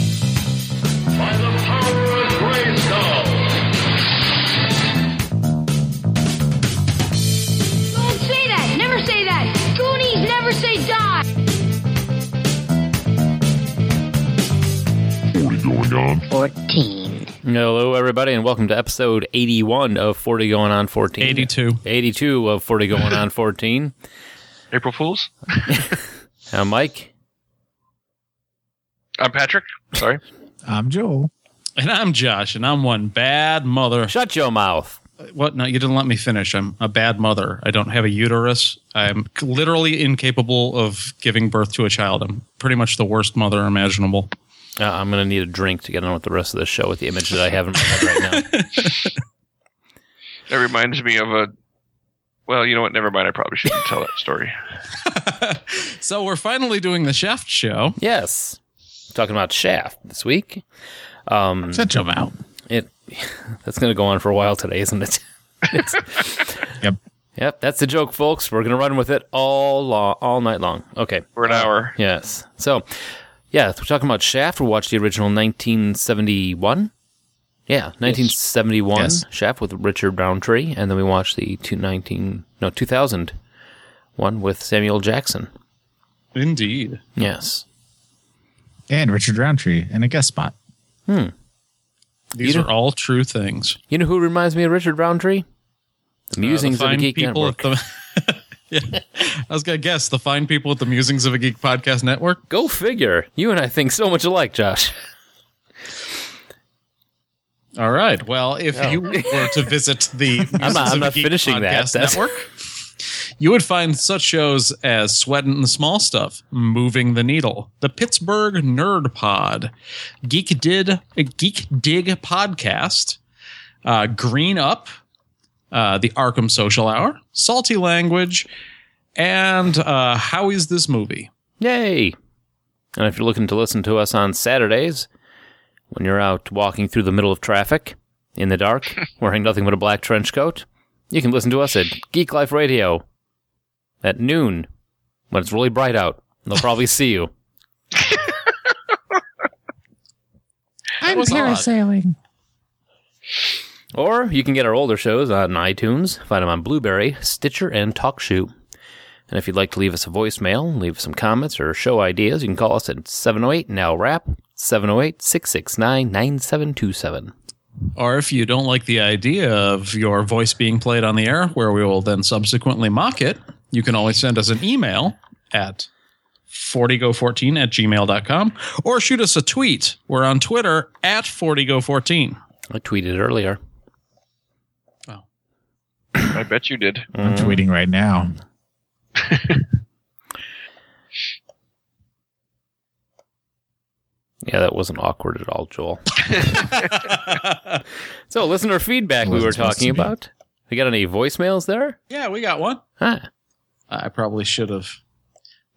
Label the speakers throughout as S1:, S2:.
S1: By the power of Grayskull!
S2: Don't say that. Never say that. Goonies never say die.
S3: Hello, everybody, and welcome to episode 81 of 40 Going On 14.
S4: 82.
S3: 82 of 40 Going On 14.
S5: April Fools.
S3: I'm Uh, Mike.
S5: I'm Patrick. Sorry.
S6: I'm Joel.
S4: And I'm Josh, and I'm one bad mother.
S3: Shut your mouth.
S4: What? No, you didn't let me finish. I'm a bad mother. I don't have a uterus. I'm c- literally incapable of giving birth to a child. I'm pretty much the worst mother imaginable.
S3: Uh, I'm going to need a drink to get on with the rest of the show with the image that I have in my head right now.
S5: That reminds me of a. Well, you know what? Never mind. I probably shouldn't tell that story.
S4: So we're finally doing the chef show.
S3: yes. Talking about Shaft this week.
S6: Shut your mouth.
S3: It That's going to go on for a while today, isn't it?
S6: Yep.
S3: Yep, that's the joke, folks. We're going to run with it all long, all night long. Okay.
S5: For an hour.
S3: Yes. So, yeah, we're talking about Shaft. We watched the original 1971. Yeah, 1971
S6: Yes.
S3: Shaft with Richard Roundtree, and then we watched the two nineteen no 2000 one with Samuel Jackson.
S4: Indeed.
S3: Yes.
S6: And Richard Roundtree in a guest spot.
S4: These
S3: You
S4: are all true things.
S3: You know who reminds me of Richard Roundtree? The
S4: Uh, the
S3: musings of a
S4: fine
S3: geek
S4: people
S3: network.
S4: at the- yeah, I was gonna guess the fine people at the Musings of a Geek podcast network.
S3: Go figure. You and I think so much alike, Josh.
S4: All right. Well, if you were to visit the
S3: I'm not- I'm not finishing that.
S4: podcast
S3: That's-
S4: network, you would find such shows as Sweatin' the Small Stuff, Moving the Needle, the Pittsburgh Nerd Pod, Geek Did Geek Dig Podcast, uh, Green Up, uh, the Arkham Social Hour, Salty Language, and uh, How Is This Movie?
S3: Yay! And if you're looking to listen to us on Saturdays, when you're out walking through the middle of traffic in the dark, wearing nothing but a black trench coat, you can listen to us at Geek Life Radio at noon when it's really bright out. They'll probably see you.
S4: I'm parasailing.
S3: Or you can get our older shows on iTunes, find them on Blueberry, Stitcher, and TalkShoe. And if you'd like to leave us a voicemail, leave some comments or show ideas, you can call us at 708 Now Rap, 708 669 9727.
S4: Or if you don't like the idea of your voice being played on the air, where we will then subsequently mock it, you can always send us an email at 40go14 at gmail.com or shoot us a tweet. We're on Twitter at 40go14.
S3: I tweeted earlier.
S5: I bet you did.
S6: I'm tweeting right now.
S3: Yeah, that wasn't awkward at all, Joel. so, listener feedback we
S6: Wasn't
S3: were
S6: supposed
S3: talking
S6: to be.
S3: about. We got any voicemails there?
S4: Yeah, we got one.
S3: Huh.
S4: I probably should have.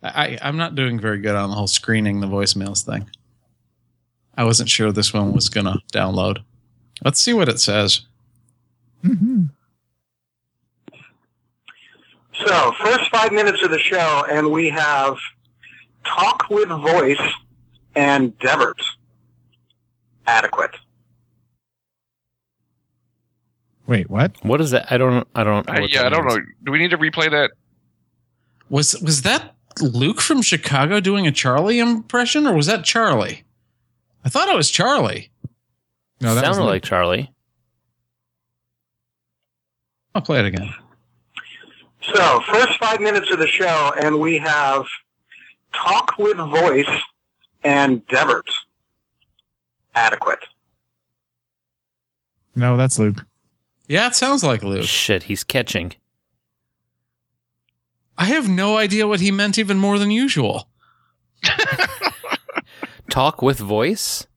S4: I, I- I'm not doing very good on the whole screening the voicemails thing. I wasn't sure this one was going to download. Let's see what it says.
S7: So, first five minutes of the show, and we have Talk with Voice and Devert. Adequate.
S6: Wait, what?
S3: What is that? I don't. I don't.
S5: I,
S3: what
S5: Uh, yeah,
S3: that
S5: I don't
S3: means.
S5: know. Do we need to replay that?
S4: Was was that Luke from Chicago doing a Charlie impression, or was that Charlie? I thought it was Charlie.
S6: No, that was
S3: Sounded
S6: Luke.
S3: like Charlie.
S4: I'll play it again.
S7: So, first five minutes of the show, and we have Talk with Voice and Devert. Adequate.
S6: No, that's Luke.
S4: Yeah, it sounds like Luke.
S3: Shit, he's catching.
S4: I have no idea what he meant, even more than usual.
S3: Talk with voice.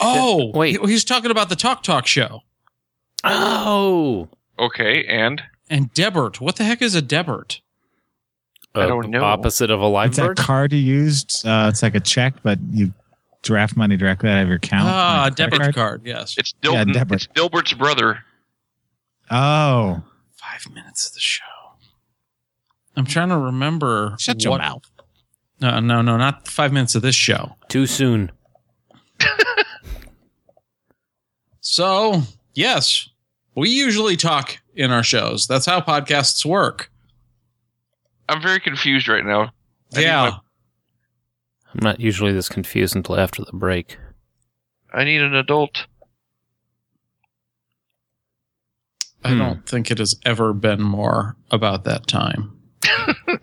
S4: Oh,
S3: Wait.
S4: he- he's talking about the Talk Talk show,
S3: Oh,
S5: Okay, and
S4: And Debert, what the heck is a Debert?
S5: I don't know.
S3: Opposite of a live
S6: It's that
S3: bird.
S6: card you used. Uh, it's like a check, but you draft money directly out of your account.
S4: Ah,
S6: like a credit
S4: Debert card. yes.
S5: It's
S6: Yeah,
S5: Dilton.
S6: Deborah.
S5: it's Dilbert's brother.
S6: Oh,
S4: Five minutes of the show. I'm trying to remember.
S6: Shut your
S4: mouth. No, no, no, not five minutes of this show.
S3: Too soon.
S4: So, yes, we usually talk in our shows. That's how podcasts work.
S5: I'm very confused right now. I need
S4: yeah.
S5: my-
S3: I'm not usually this confused until after the break.
S5: I need an adult.
S4: I don't think it has ever been more about that time.
S3: I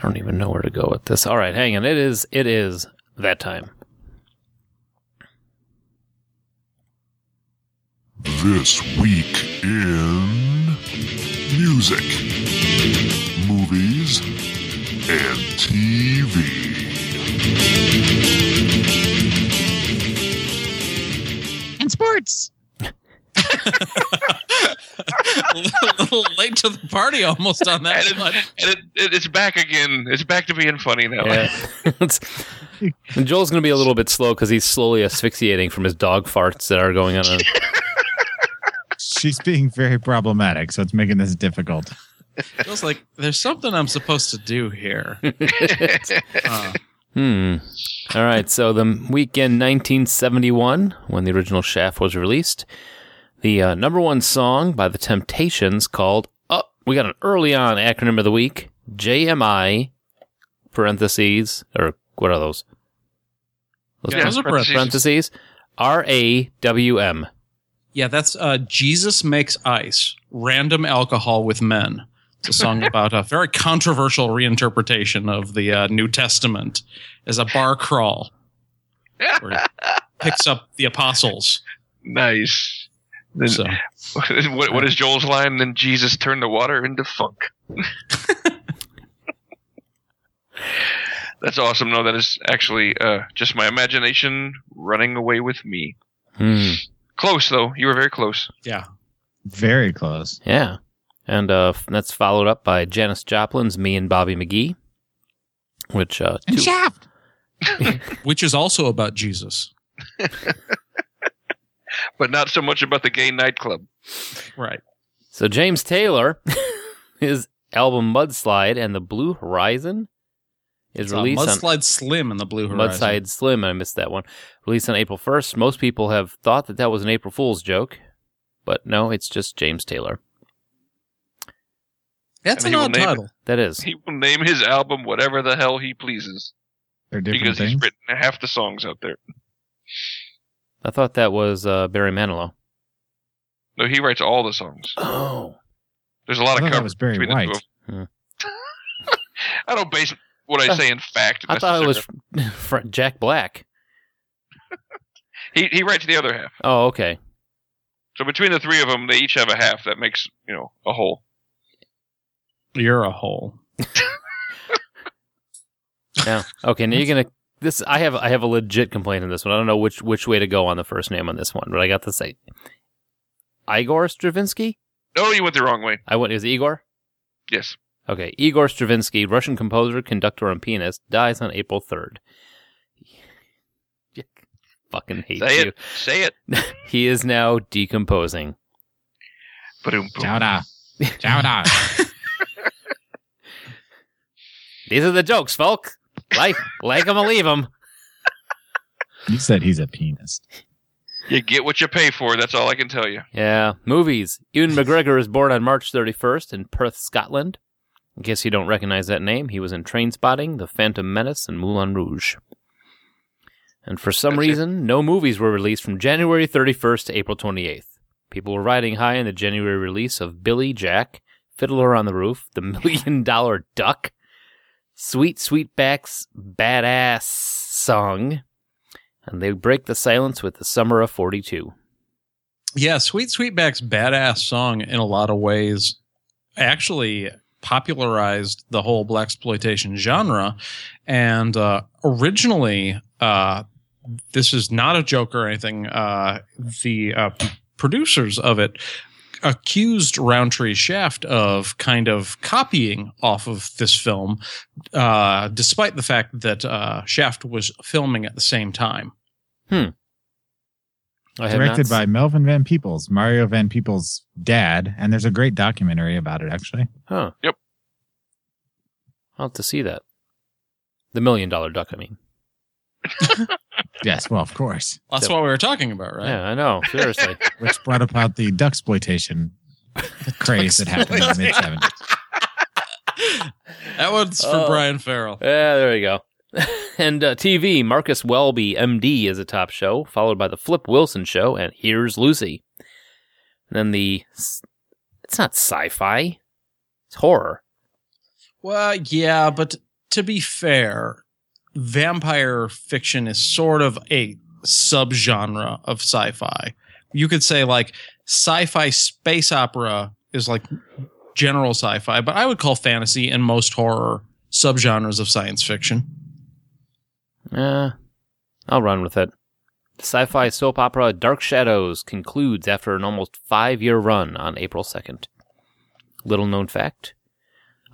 S3: don't even know where to go with this. All right, hang on. It is. It is that time.
S8: This week in music, movies, and TV.
S9: and sports.
S4: a little late to the party almost on
S5: And,
S4: that
S5: it,
S4: one.
S5: and it, it, it's back again. It's back to being funny now.
S3: Yeah. It's- and Joel's going to be a little bit slow because he's slowly asphyxiating from his dog farts that are going on. A,
S6: she's being very problematic, so it's making this difficult.
S4: Feels like there's something I'm supposed to do here. Uh,
S3: Hmm. All right. So the weekend 1971, when the original Shaft was released, the uh, number one song by the Temptations called "Oh, we got an early on acronym of the week: JMI parentheses or what are those? Those
S4: Yeah, those are parentheses.
S3: parentheses. R A W M.
S4: yeah, that's uh, Jesus Makes Ice, Random Alcohol with Men. It's a song about a very controversial reinterpretation of the uh, New Testament as a bar crawl. Where it picks up the apostles.
S5: Nice. Then-
S4: So.
S5: what, what is Joel's line? Then Jesus turned the water into funk. That's awesome. No, that is actually uh, just my imagination running away with me.
S3: Hmm.
S5: Close though. You were very close.
S4: Yeah.
S6: Very close.
S3: Yeah. And uh, f- that's followed up by Janis Joplin's "Me and Bobby McGee," which uh, two-
S6: Shaft.
S4: Which is also about Jesus.
S5: but not so much about the gay nightclub.
S4: Right.
S3: So James Taylor, his album Mudslide and the Blue Horizon is
S4: It's uh,
S3: released
S4: Mudslide Slim in the Blue
S3: on
S4: Horizon.
S3: Mudslide Slim. I missed that one. Released on April 1st. Most people have thought that that was an April Fool's joke, but no, it's just James Taylor.
S4: That's
S5: And
S4: an
S5: he will
S4: odd
S5: name it.
S4: title.
S3: That is.
S5: He will name his album whatever the hell he pleases
S6: They're different
S5: because
S6: things.
S5: he's written half the songs out there.
S3: I thought that was uh, Barry Manilow.
S5: No, he writes all the songs.
S3: Oh.
S5: There's a lot
S6: I
S5: of
S6: thought Oh, that
S5: covers
S6: was Barry
S5: between the two.
S6: White.
S5: of them. I don't base what I say in fact.
S3: Uh, I thought it was
S5: necessarily.
S3: Fr- Jack Black.
S5: He he writes the other half.
S3: Oh, okay.
S5: So between the three of them, they each have a half that makes you know a whole.
S4: You're a hole.
S3: Yeah. Okay. Now you're gonna. This I have. I have a legit complaint in this one. I don't know which which way to go on the first name on this one, but I got to say, Igor Stravinsky.
S5: No, you went the wrong way.
S3: I went. Is it Igor?
S5: Yes,
S3: Okay, Igor Stravinsky, Russian composer, conductor, and pianist, dies on April 3rd. Fucking hate
S5: say
S3: you.
S5: it, say it.
S3: He is now decomposing.
S5: Boom, boom.
S6: Chowda. Chowda.
S3: These are the jokes, folk. Like, like 'em or leave 'em.
S6: you said he's a penis.
S5: You get what you pay for. That's all I can tell you.
S3: Yeah. Movies. Ewan McGregor is born on March 31st in Perth, Scotland. In case you don't recognize that name, he was in Train Spotting, The Phantom Menace, and Moulin Rouge. And for some
S5: That's it.
S3: reason, no movies were released from January 31st to April 28th. People were riding high on the January release of Billy Jack, Fiddler on the Roof, The Million Dollar Duck, Sweet Sweetback's Badass Song, and they break the silence with The Summer of 42.
S4: Yeah, Sweet Sweetback's badass song in a lot of ways actually popularized the whole black exploitation genre. And uh, originally, uh, this is not a joke or anything. Uh, the uh, producers of it accused Roundtree Shaft of kind of copying off of this film, uh, despite the fact that uh, Shaft was filming at the same time.
S3: Hmm. I have
S6: Directed
S3: not
S6: by Melvin Van Peebles, Mario Van Peebles' dad, and there's a great documentary about it actually.
S3: Huh.
S5: Yep.
S3: I'll have to see that. The million dollar duck, I mean.
S6: Yes, well, of course,
S4: That's
S3: So-
S4: what we were talking about, right?
S3: Yeah, I know. Seriously.
S6: which brought about the duck exploitation craze that happened in the mid '70s.
S4: That one's for
S3: Oh.
S4: Brian Farrell.
S3: Yeah, there you go. and uh, TV, Marcus Welby, MD, is a top show, followed by the Flip Wilson show, and Here's Lucy. And then the. s- It's not sci fi, it's horror.
S4: Well, yeah, but to be fair, vampire fiction is sort of a subgenre of sci-fi. You could say like sci-fi space opera is like general sci-fi, but I would call fantasy and most horror subgenres of science fiction.
S3: Uh, I'll run with it. The sci fi soap opera Dark Shadows concludes after an almost five year run on April 2nd. Little known fact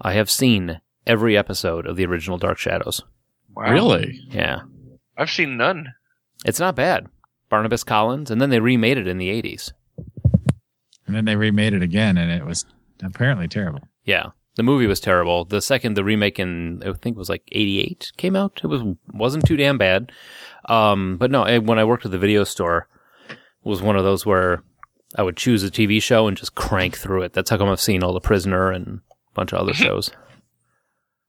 S3: I have seen every episode of the original Dark Shadows.
S5: Wow.
S3: Yeah.
S5: I've seen none.
S3: It's not bad. Barnabas Collins, and then they remade it in the 80s.
S6: And then they remade it again, and it was apparently terrible.
S3: Yeah. The movie was terrible. The second the remake in I think it was like 88 came out, it was wasn't too damn bad. Um, but no, I, when I worked at the video store it was one of those where I would choose a TV show and just crank through it. That's how come I've seen all The Prisoner and a bunch of other shows.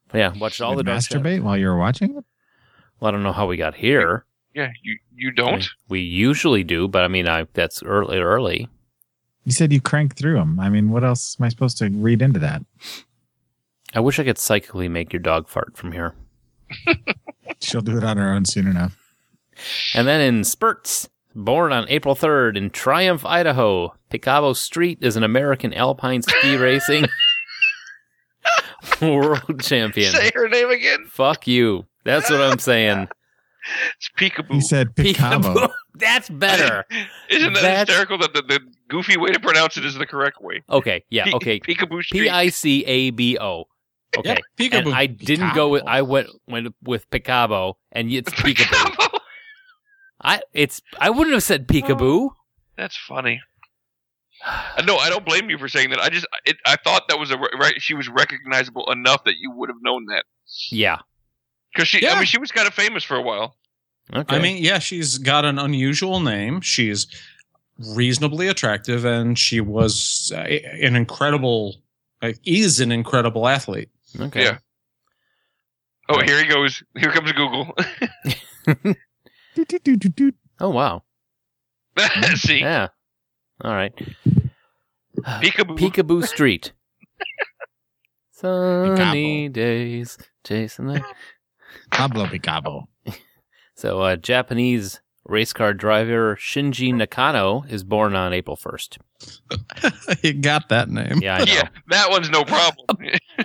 S3: But yeah, watched all
S6: Would
S3: the Dark Shadows.
S6: masturbate while you were watching it.
S3: Well, I don't know how we got here.
S5: Yeah, you you don't.
S3: We usually do, but I mean, I that's early early.
S6: You said you cranked through them. I mean, what else am I supposed to read into that?
S3: I wish I could psychically make your dog fart from here.
S6: She'll do it on her own soon enough.
S3: And then in Spurts, born on April 3rd in Triumph, Idaho, Picabo Street is an American alpine ski racing world champion.
S5: Say her name again.
S3: Fuck you. That's what I'm saying.
S5: It's peekaboo.
S6: He said Picabo.
S3: That's better.
S5: Isn't that
S3: That's-
S5: hysterical that the, the goofy way to pronounce it is the correct way?
S3: Okay, yeah,
S5: Pe-
S3: okay.
S5: Peekaboo
S3: P
S5: Street.
S3: I C A B O. Okay.
S4: Yeah, peekaboo.
S3: And I didn't go with I went went with Picabo and it's Peekaboo.
S5: Peekaboo.
S3: I it's I wouldn't have said Peekaboo.
S5: That's funny. Uh, No, I don't blame you for saying that. I just it, I thought that was a re- right. She was recognizable enough that you would have known that
S3: Yeah.
S5: because she. I
S4: Yeah.
S5: mean, she was kind of famous for a while.
S3: Okay.
S4: I mean, yeah, she's got an unusual name. She's reasonably attractive, and she was uh, an incredible, uh, is an incredible athlete.
S3: okay.
S5: yeah. Oh,
S3: Right.
S5: here he goes. Here comes Google.
S6: Doot-doot-doot-doot-doot.
S3: Oh wow.
S5: See,
S3: Yeah. All right.
S5: peekaboo.
S3: Peekaboo Street. Sunny days, chasing the.
S6: Pablo Picabo.
S3: So, uh, Japanese race car driver Shinji Nakano is born on April 1st.
S4: you got that name.
S3: Yeah, I know.
S5: yeah, that one's no problem.
S6: Oh,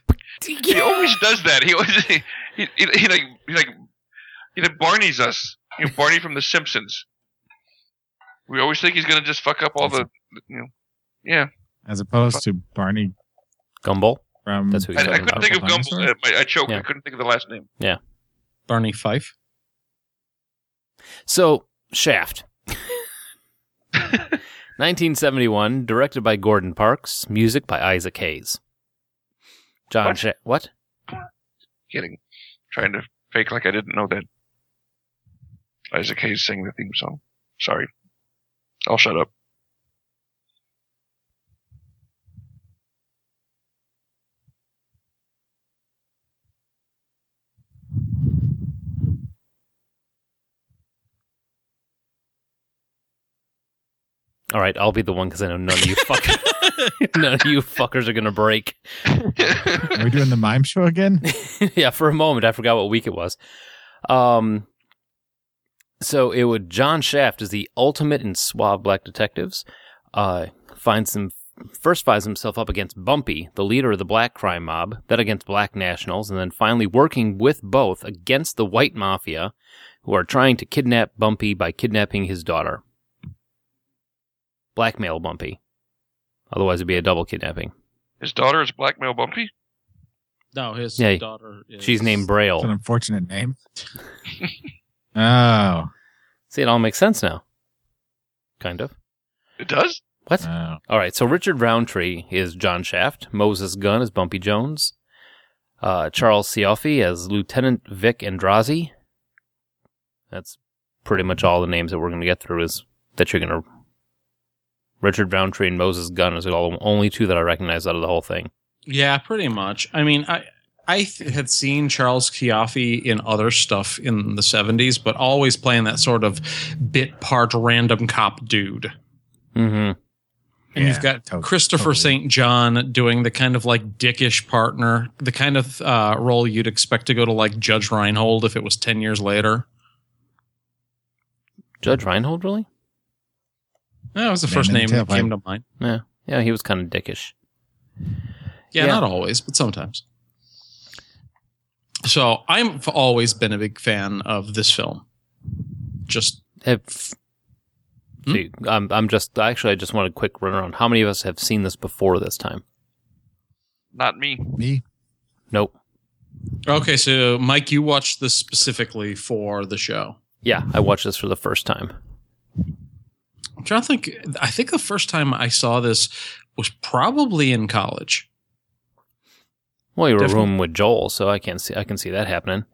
S5: he always does that. He always he, he, he like he like he like Barney's us. You know, Barney from The Simpsons. We always think he's gonna just fuck up all the you know. Yeah,
S6: As opposed to Barney
S3: Gumbel.
S6: from.
S3: That's who
S5: I,
S3: he's
S5: I
S3: talking
S5: couldn't
S3: about.
S5: think of
S6: Dinosaur?
S5: Gumball. Uh, I, I choked.
S3: Yeah.
S5: I couldn't think of the last name.
S4: Barney Fife.
S3: So, Shaft. 1971, directed by Gordon Parks, music by Isaac Hayes. John
S5: What?
S3: Sha- what?
S5: Kidding. Trying to fake like I didn't know that. Isaac Hayes sang the theme song. Sorry. I'll shut up.
S3: All right, I'll be the one because I know none of you fuckers, none of you fuckers are gonna break.
S6: Are we doing the mime show again?
S3: yeah, for a moment I forgot what week it was. Um, so it would John Shaft is the ultimate in suave black detectives. Uh, finds him first finds himself up against Bumpy, the leader of the black crime mob, then against black nationals, and then finally working with both against the white mafia, who are trying to kidnap Bumpy by kidnapping his daughter. Blackmail Bumpy. Otherwise, it'd be a double kidnapping.
S5: His daughter is blackmail Bumpy.
S4: No, his
S3: Yeah,
S4: daughter. Is,
S3: She's named
S6: It's an
S3: Braille.
S6: unfortunate name. oh.
S3: See, it all makes sense now. Kind of.
S5: It does.
S3: What?
S6: oh.
S3: All right, so Richard Roundtree is John Shaft. Moses Gunn is Bumpy Jones. Uh, Charles Cioffi as Lieutenant Vic Andrazi. That's pretty much all the names that we're going to get through is that you're going to. Richard Roundtree and Moses Gunn is the only two that I recognize out of the whole thing.
S4: Yeah, pretty much. I mean, I I th- had seen Charles Chiaffi in other stuff in the seventies, but always playing that sort of bit part random cop dude.
S3: Mm-hmm.
S4: And
S6: Yeah,
S4: you've got
S6: to-
S4: Christopher
S6: totally.
S4: St. John doing the kind of like dickish partner, the kind of uh, role you'd expect to go to like Judge Reinhold if it was 10 years later.
S3: Judge Reinhold, really?
S4: That was the
S6: Man
S4: first
S6: in the
S4: name that
S6: tailpipe.
S4: came to mind.
S3: Yeah, yeah, he was kind of dickish.
S4: Yeah,
S3: Yeah.
S4: not always, but sometimes. So I've always been a big fan of this film. Just
S3: Have, See, I'm, I'm just actually I just want a quick run around. How many of us have seen this before this time?
S5: Not me.
S6: Me?
S3: Nope.
S4: okay. So Mike, you watched this specifically for the show.
S3: Yeah, I watched this for the first time.
S4: I'm trying to think. I think the first time I saw this was probably in college.
S3: Well, you were
S4: Definitely.
S3: rooming with Joel, so I can see I can see that happening.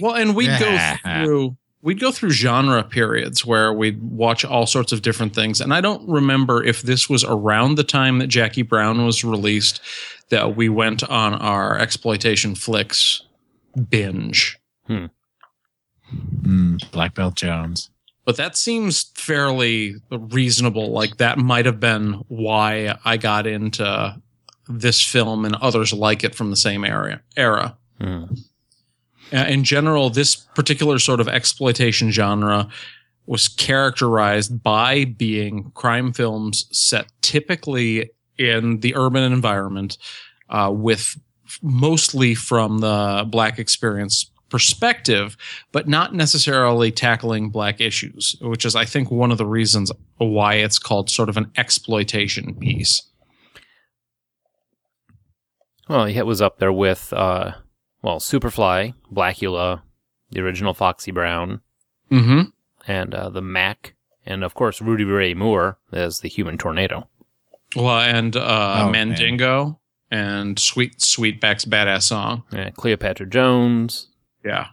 S4: Well, and we'd
S6: Yeah.
S4: go through we'd go through genre periods where we'd watch all sorts of different things. And I don't remember if this was around the time that Jackie Brown was released that we went on our exploitation flicks binge.
S6: Mm, Black Belt Jones.
S4: But that seems fairly reasonable. Like that might have been why I got into this film and others like it from the same area era.
S3: Hmm.
S4: Uh, in general, this particular sort of exploitation genre was characterized by being crime films set typically in the urban environment, uh, with mostly from the black experience perspective, but not necessarily tackling black issues, which is, I think, one of the reasons why it's called sort of an exploitation piece.
S3: Well, it was up there with uh, well, Superfly, Blackula, the original Foxy Brown,
S4: Mm-hmm.
S3: and uh, the Mac, and of course Rudy Ray Moore as the Human Tornado.
S4: Well, and uh,
S6: Oh, man.
S4: Mandingo and Sweet Sweetback's badass song.
S3: Yeah, Uh, Cleopatra Jones.
S4: Yeah.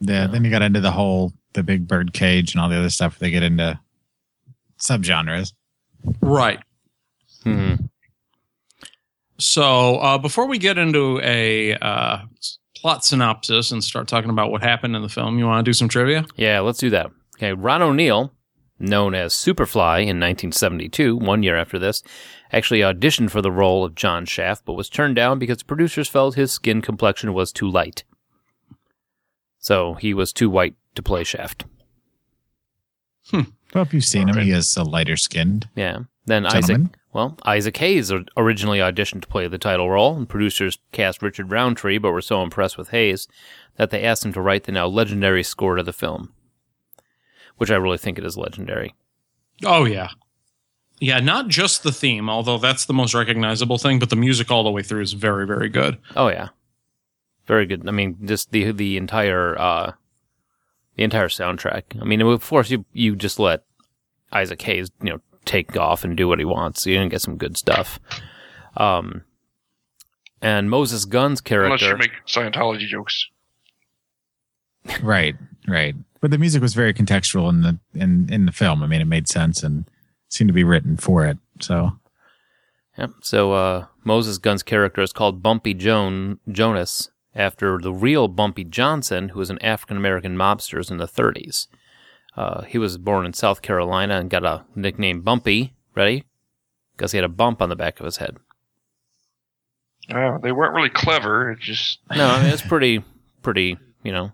S6: Yeah, then you got into the whole the big bird cage and all the other stuff. They get into subgenres.
S4: Right.
S3: Hmm.
S4: So uh, before we get into a uh, s- plot synopsis and start talking about what happened in the film, you want to do some trivia?
S3: Yeah, let's do that. Okay, Ron O'Neill, known as Superfly in 1972, one year after this, actually auditioned for the role of John Shaft, but was turned down because producers felt his skin complexion was too light. So he was too white to play Shaft.
S6: Well, if you've seen him, he is a lighter skinned.
S3: Yeah. Then
S6: Gentlemen.
S3: Isaac, well, Isaac Hayes or- originally auditioned to play the title role, and producers cast Richard Roundtree, but were so impressed with Hayes that they asked him to write the now legendary score to the film, which I really think it is legendary.
S4: Oh yeah, yeah. Not just the theme, although that's the most recognizable thing, but the music all the way through is very, very good.
S3: Oh yeah, very good. I mean, just the the entire uh, the entire soundtrack. I mean, of course you you just let Isaac Hayes you know take off and do what he wants. You're gonna get some good stuff. Um, and Moses Gunn's
S5: Unless you
S3: character.
S5: make Scientology jokes.
S6: Right, right. But the music was very contextual in the in in the film. I mean, it made sense and seemed to be written for it. So
S3: Yep. So uh, Moses Gunn's character is called Bumpy Joan Jonas after the real Bumpy Johnson, who was an African American mobster in the 30s. Uh, he was born in South Carolina and got a nickname Bumpy. Ready? Because he had a bump on the back of his head.
S5: Uh, they weren't really clever. It's just
S3: No, I mean, it's pretty, pretty. You know,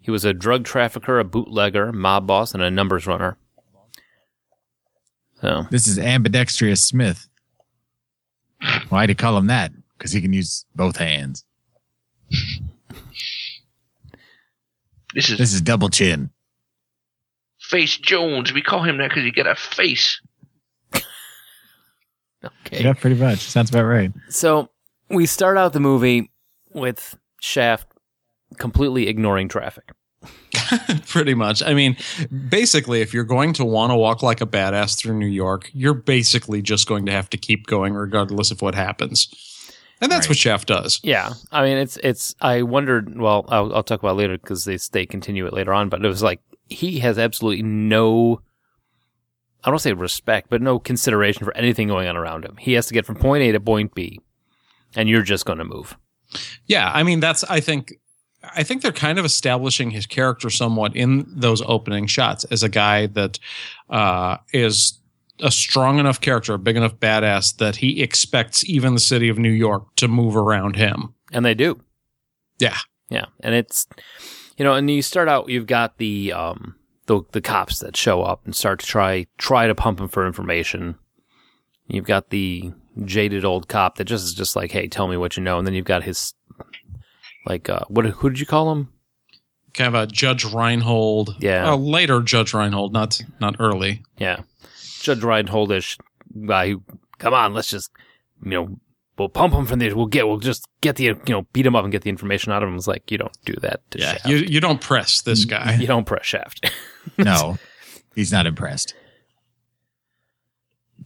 S3: he was a drug trafficker, a bootlegger, mob boss, and a numbers runner. So
S6: this is ambidextrous Smith. Why'd he call him that? Because he can use both hands.
S5: this is
S6: This is double chin.
S5: Face Jones. We call him that because he got a face.
S3: Okay.
S6: Yeah, pretty much. Sounds about right.
S3: So we start out the movie with Shaft completely ignoring traffic.
S4: Pretty much. I mean, basically, if you're going to want to walk like a badass through New York, you're basically just going to have to keep going regardless of what happens. And that's what Shaft does.
S3: Yeah, I mean, it's it's. I wondered. Well, I'll, I'll talk about it later because they they continue it later on. But it was like he has absolutely no. I don't say respect, but no consideration for anything going on around him. He has to get from point A to point B, and you're just going to move.
S4: Yeah, I mean that's I think I think they're kind of establishing his character somewhat in those opening shots as a guy that uh, is a strong enough character, a big enough badass that he expects even the city of New York to move around him.
S3: And they do.
S4: Yeah.
S3: Yeah, and it's you know, and you start out. You've got the um the the cops that show up and start to try try to pump him for information. You've got the jaded old cop that just is just like, hey, tell me what you know, and then you've got his like uh, what who did you call him?
S4: Kind of a Judge Reinhold.
S3: Yeah.
S4: A later Judge Reinhold, not not early.
S3: Yeah, Judge Reinholdish guy who come on, let's just you know we'll pump him from the we'll get we'll just get the you know beat him up and get the information out of him. It's like you don't do that. To Shaft.
S4: You you don't press this guy.
S3: you don't press Shaft.
S6: No, he's not impressed.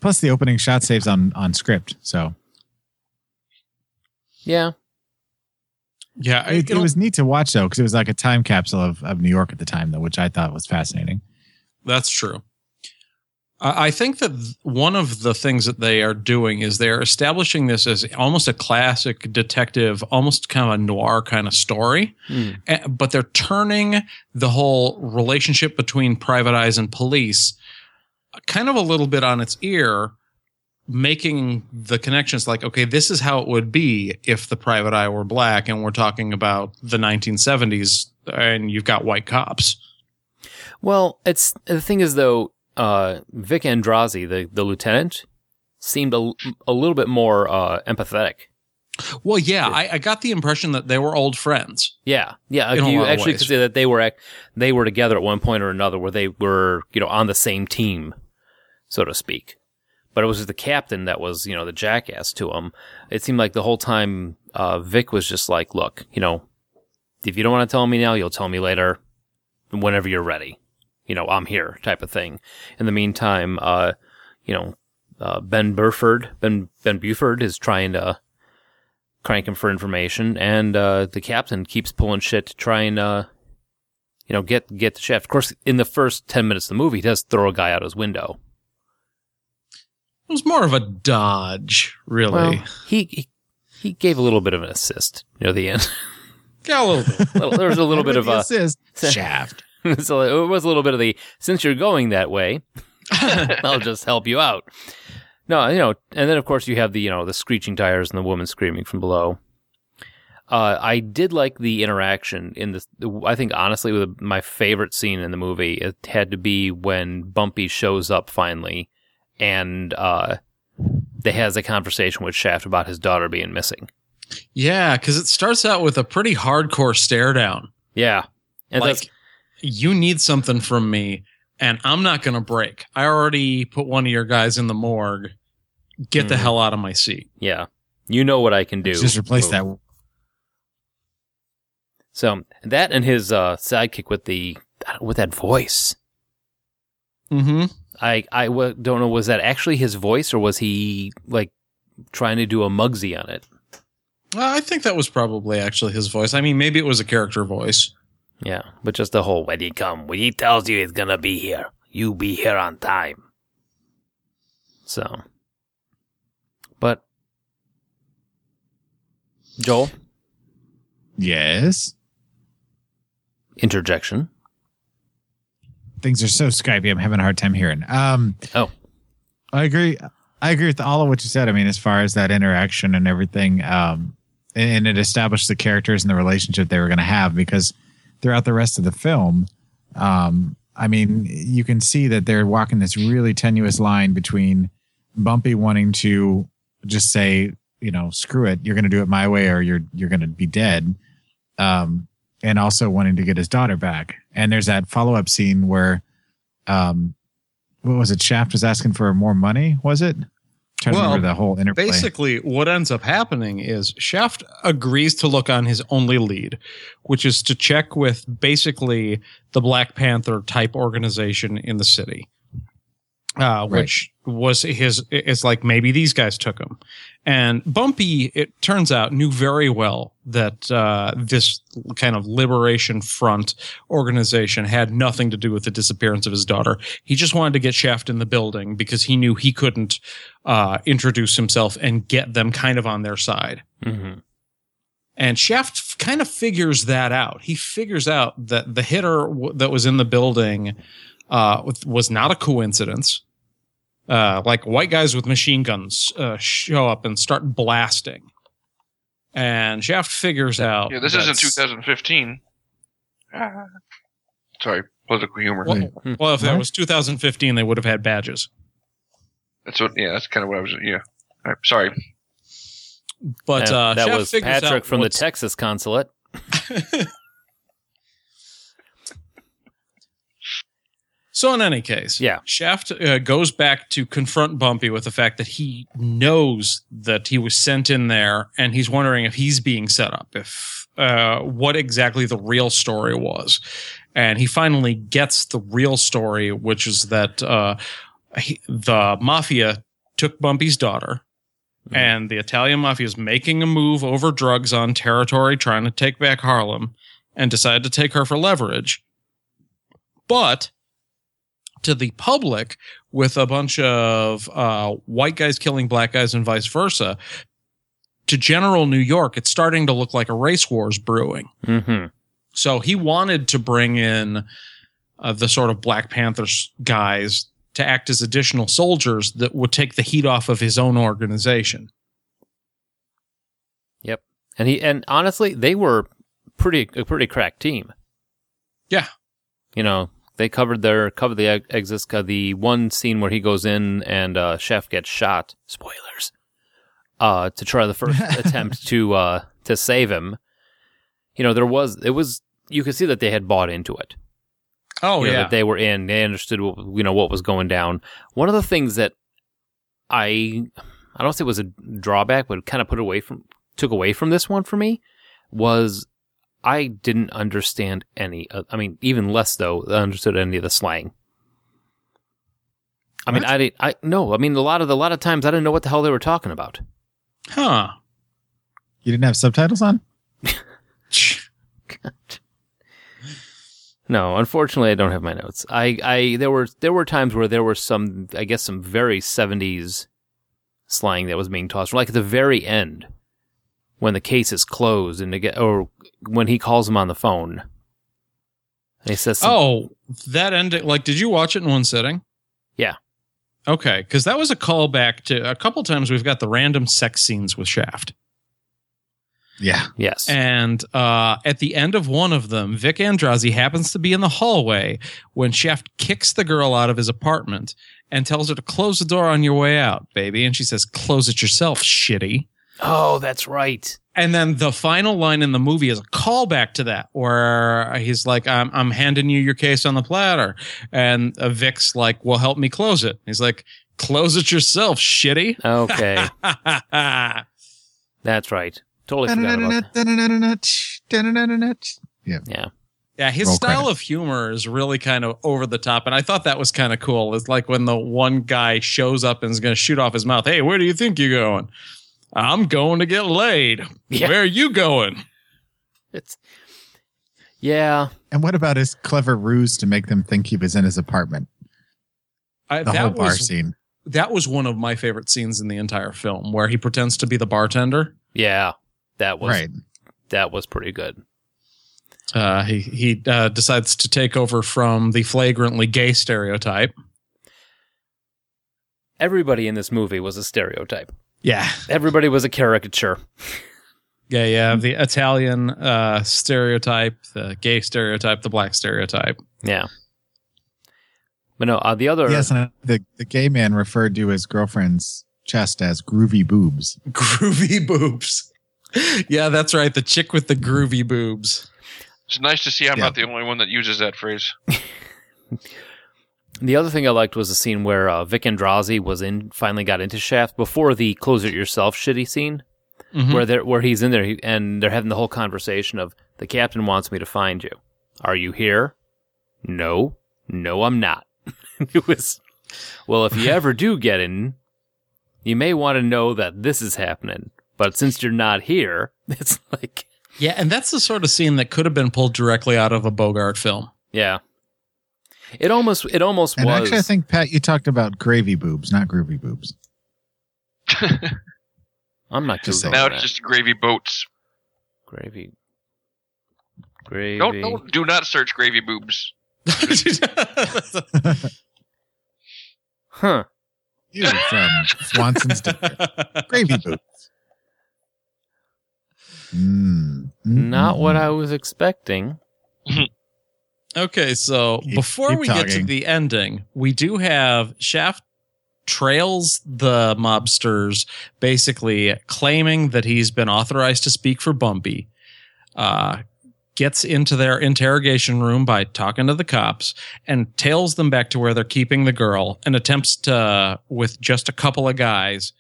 S6: Plus, the opening shot saves on on script, so
S3: yeah.
S4: Yeah. I-
S6: it, it was neat to watch though because it was like a time capsule of, of New York at the time though, which I thought was fascinating.
S4: That's true. I I think that th- one of the things that they are doing is they're establishing this as almost a classic detective, almost kind of a noir kind of story. Eh, But they're turning the whole relationship between private eyes and police uh, kind of a little bit on its ear, making the connections like, okay, this is how it would be if the private eye were black and we're talking about the 1970s and you've got white cops.
S3: Well, it's the thing is though, uh, Vic Andrazi, the the lieutenant, seemed a, a little bit more uh, empathetic.
S4: Well, yeah, I, I got the impression that they were old friends.
S3: Yeah, yeah.
S4: In a
S3: you
S4: lot of
S3: actually
S4: ways.
S3: could say that they were ac- they were together at one point or another, where they were you know on the same team, so to speak. But it was the captain that was you know the jackass to him. It seemed like the whole time uh, Vic was just like, look, you know, if you don't want to tell me now, you'll tell me later, whenever you're ready. You know, I'm here, type of thing. In the meantime, uh, you know, uh, Ben Burford, Ben Ben Buford is trying to crank him for information, and uh, the captain keeps pulling shit to try and uh, you know get get the shaft. Of course, in the first ten minutes of the movie, he does throw a guy out his window.
S4: It was more of a dodge, really.
S3: he, he he gave a little bit of an assist near the end.
S4: yeah, a little bit.
S3: Little- there was a little bit of
S6: The
S3: a
S6: assist shaft.
S3: so it was a little bit of the since you're going that way, I'll just help you out. No, you know, and then of course you have the you know the screeching tires and the woman screaming from below. Uh, I did like the interaction in this. I think honestly, with my favorite scene in the movie, it had to be when Bumpy shows up finally, and uh, they has a conversation with Shaft about his daughter being missing.
S4: yeah, because it starts out with a pretty hardcore stare down.
S3: Yeah, and that's-
S4: like, you need something from me, and I'm not going to break. I already put one of your guys in the morgue. Get the
S3: Mhm.
S4: hell out of my seat.
S3: yeah, you know what I can do.
S6: Just
S3: Move.
S6: replace that.
S3: So that and his uh, sidekick with the with that voice.
S4: Mm-hmm.
S3: I I w- don't know. Was that actually his voice, or was he like trying to do a Mugsy on it?
S4: Well, I think that was probably actually his voice. I mean, maybe it was a character voice.
S3: Yeah, but just the whole when he come, when he tells you he's gonna be here, you be here on time. So, but Joel
S6: Yes,
S3: interjection.
S6: things are so skypey. I'm having a hard time hearing. Um,
S3: Oh.
S6: I agree. I agree with all of what you said. I mean, as far as that interaction and everything, um, and, and it established the characters and the relationship they were going to have because throughout the rest of the film, um, I mean, you can see that they're walking this really tenuous line between Bumpy wanting to just say, you know, screw it, you're going to do it my way, or you're you're going to be dead, um, and also wanting to get his daughter back. And there's that follow up scene where um what was it shaft was asking for more money was it trying to
S4: Well,
S6: remember the whole interplay.
S4: Basically, what ends up happening is Shaft agrees to look on his only lead, which is to check with basically the Black Panther type organization in the city, uh, which was his. It's like maybe these guys took him. And Bumpy, it turns out, knew very well that uh, this kind of liberation front organization had nothing to do with the disappearance of his daughter. He just wanted to get Shaft in the building because he knew he couldn't uh, introduce himself and get them kind of on their side.
S3: Mm-hmm.
S4: And Shaft f- kind of figures that out. He figures out that the hitter w- that was in the building uh, with- was not a coincidence. Uh, like white guys with machine guns uh, show up and start blasting. And Shaft figures out.
S5: Yeah, this
S4: that
S5: isn't 2015. Ah. Sorry, political humor.
S4: Well,
S3: Hmm.
S4: well, if that
S6: What?
S4: was 2015, they would have had badges.
S5: That's what. Yeah, that's kind of what I was. Yeah. All right, sorry.
S4: But
S3: that,
S4: uh,
S3: that
S4: Shaft
S3: was
S4: figures out
S3: Patrick from the
S4: what's-
S3: Texas consulate.
S4: So in any case,
S3: Yeah.
S4: Shaft uh, goes back to confront Bumpy with the fact that he knows that he was sent in there, and he's wondering if he's being set up, if uh, what exactly the real story was, and he finally gets the real story, which is that uh, he, the mafia took Bumpy's daughter. And the Italian mafia is making a move over drugs on territory, trying to take back Harlem, and decided to take her for leverage. But to the public with a bunch of uh, white guys killing black guys and vice versa. To general New York, it's starting to look like a race war is brewing.
S3: Mm-hmm.
S4: So he wanted to bring in uh, the sort of Black Panthers guys to act as additional soldiers that would take the heat off of his own organization.
S3: And he and honestly, they were pretty a pretty crack team.
S4: Yeah.
S3: you know they covered their covered the ex- exis uh, the one scene where he goes in and uh, Chef gets shot. Spoilers. Uh, to try the first attempt to uh to save him. You know there was it was you could see that they had bought into it.
S4: Oh,
S3: you know, that they were in. They understood what, you know what was going down. One of the things that I I don't say was a drawback, but kind of put away from took away from this one for me was I didn't understand any. Of, I mean, even less though, I understood any of the slang. I mean, I didn't. I no. I mean, a lot of the a lot of times I didn't know what the hell they were talking about.
S4: Huh.
S6: you didn't have subtitles on.
S3: No, unfortunately, I don't have my notes. I, I there were there were times where there were some, I guess, some very seventies slang that was being tossed. Like at the very end, when the case is closed, and to get, or when he calls him on the phone, and he says, some-
S4: Oh, that ended. Like, did you watch it in one sitting?
S3: Yeah.
S4: Okay, because that was a callback to a couple times we've got the random sex scenes with Shaft,
S6: Yeah,
S3: yes,
S4: and uh, at the end of one of them, Vic Andrazi happens to be in the hallway when Shaft kicks the girl out of his apartment and tells her to close the door on your way out, baby, and she says, "Close it yourself, shitty."
S3: oh, that's right.
S4: And then the final line in the movie is a callback to that, where he's like, "I'm I'm handing you your case on the platter," and uh, Vic's like, "Well, help me close it." He's like, "Close it yourself, shitty."
S3: Okay,
S4: yeah,
S3: that's right. Totally forgot about that. Yeah,
S4: his
S6: Roll
S4: style
S6: credit.
S4: of humor is really kind of over the top, and I thought that was kind of cool. It's like when the one guy shows up and is going to shoot off his mouth. Hey, where do you think you're going? I'm going to get laid.
S3: Yeah.
S4: Where are you going?
S3: it's yeah.
S6: And what about his clever ruse to make them think he was in his apartment?
S4: I,
S6: The whole
S4: that
S6: bar
S4: was
S6: scene.
S4: that was one of my favorite scenes in the entire film where he pretends to be the bartender.
S3: Yeah, that was
S6: Right.
S3: that was pretty good.
S4: Uh, he he uh, decides to take over from the flagrantly gay stereotype.
S3: Everybody in this movie was a stereotype.
S4: Yeah,
S3: Everybody was a caricature.
S4: yeah, yeah. The Italian uh, stereotype, the gay stereotype, the black stereotype.
S3: Yeah. But no, uh, the other
S6: Yes, and the, the gay man referred to his girlfriend's chest as groovy boobs.
S4: Groovy boobs. yeah, that's right. The chick with the groovy boobs.
S5: It's nice to see I'm
S6: Yeah.
S5: not the only one that uses that phrase.
S3: The other thing I liked was the scene where uh, Vic Andrazi was in finally got into Shaft before the close it yourself shitty scene,
S6: Mm-hmm.
S4: Mhm.
S3: where they're, where he's in there he- and they're having the whole conversation of the captain wants me to find you. Are you here? No, no, I'm not. it was well, if you ever do get in, you may want to know that this is happening. But since you're not here, it's like
S4: Yeah, and that's the sort of scene that could have been pulled directly out of a Bogart film.
S3: yeah. It almost it almost
S6: And
S3: was.
S6: actually, I think Pat, you talked about gravy boobs, not groovy boobs.
S3: I'm not
S6: Just
S3: Googling
S6: saying.
S5: now it's
S3: that.
S5: just gravy boats.
S3: Gravy. Gravy.
S5: Don't, don't do not search gravy boobs.
S3: Huh.
S6: You from Swanson's Diner. Gravy boobs. Mm.
S3: Not what I was expecting.
S4: okay, so
S6: Keep-
S4: before
S6: keep
S4: we get to
S6: talking.
S4: the ending, we do have Shaft trails the mobsters basically claiming that he's been authorized to speak for Bumpy. Uh gets into their interrogation room by talking to the cops and tails them back to where they're keeping the girl and attempts to with just a couple of guys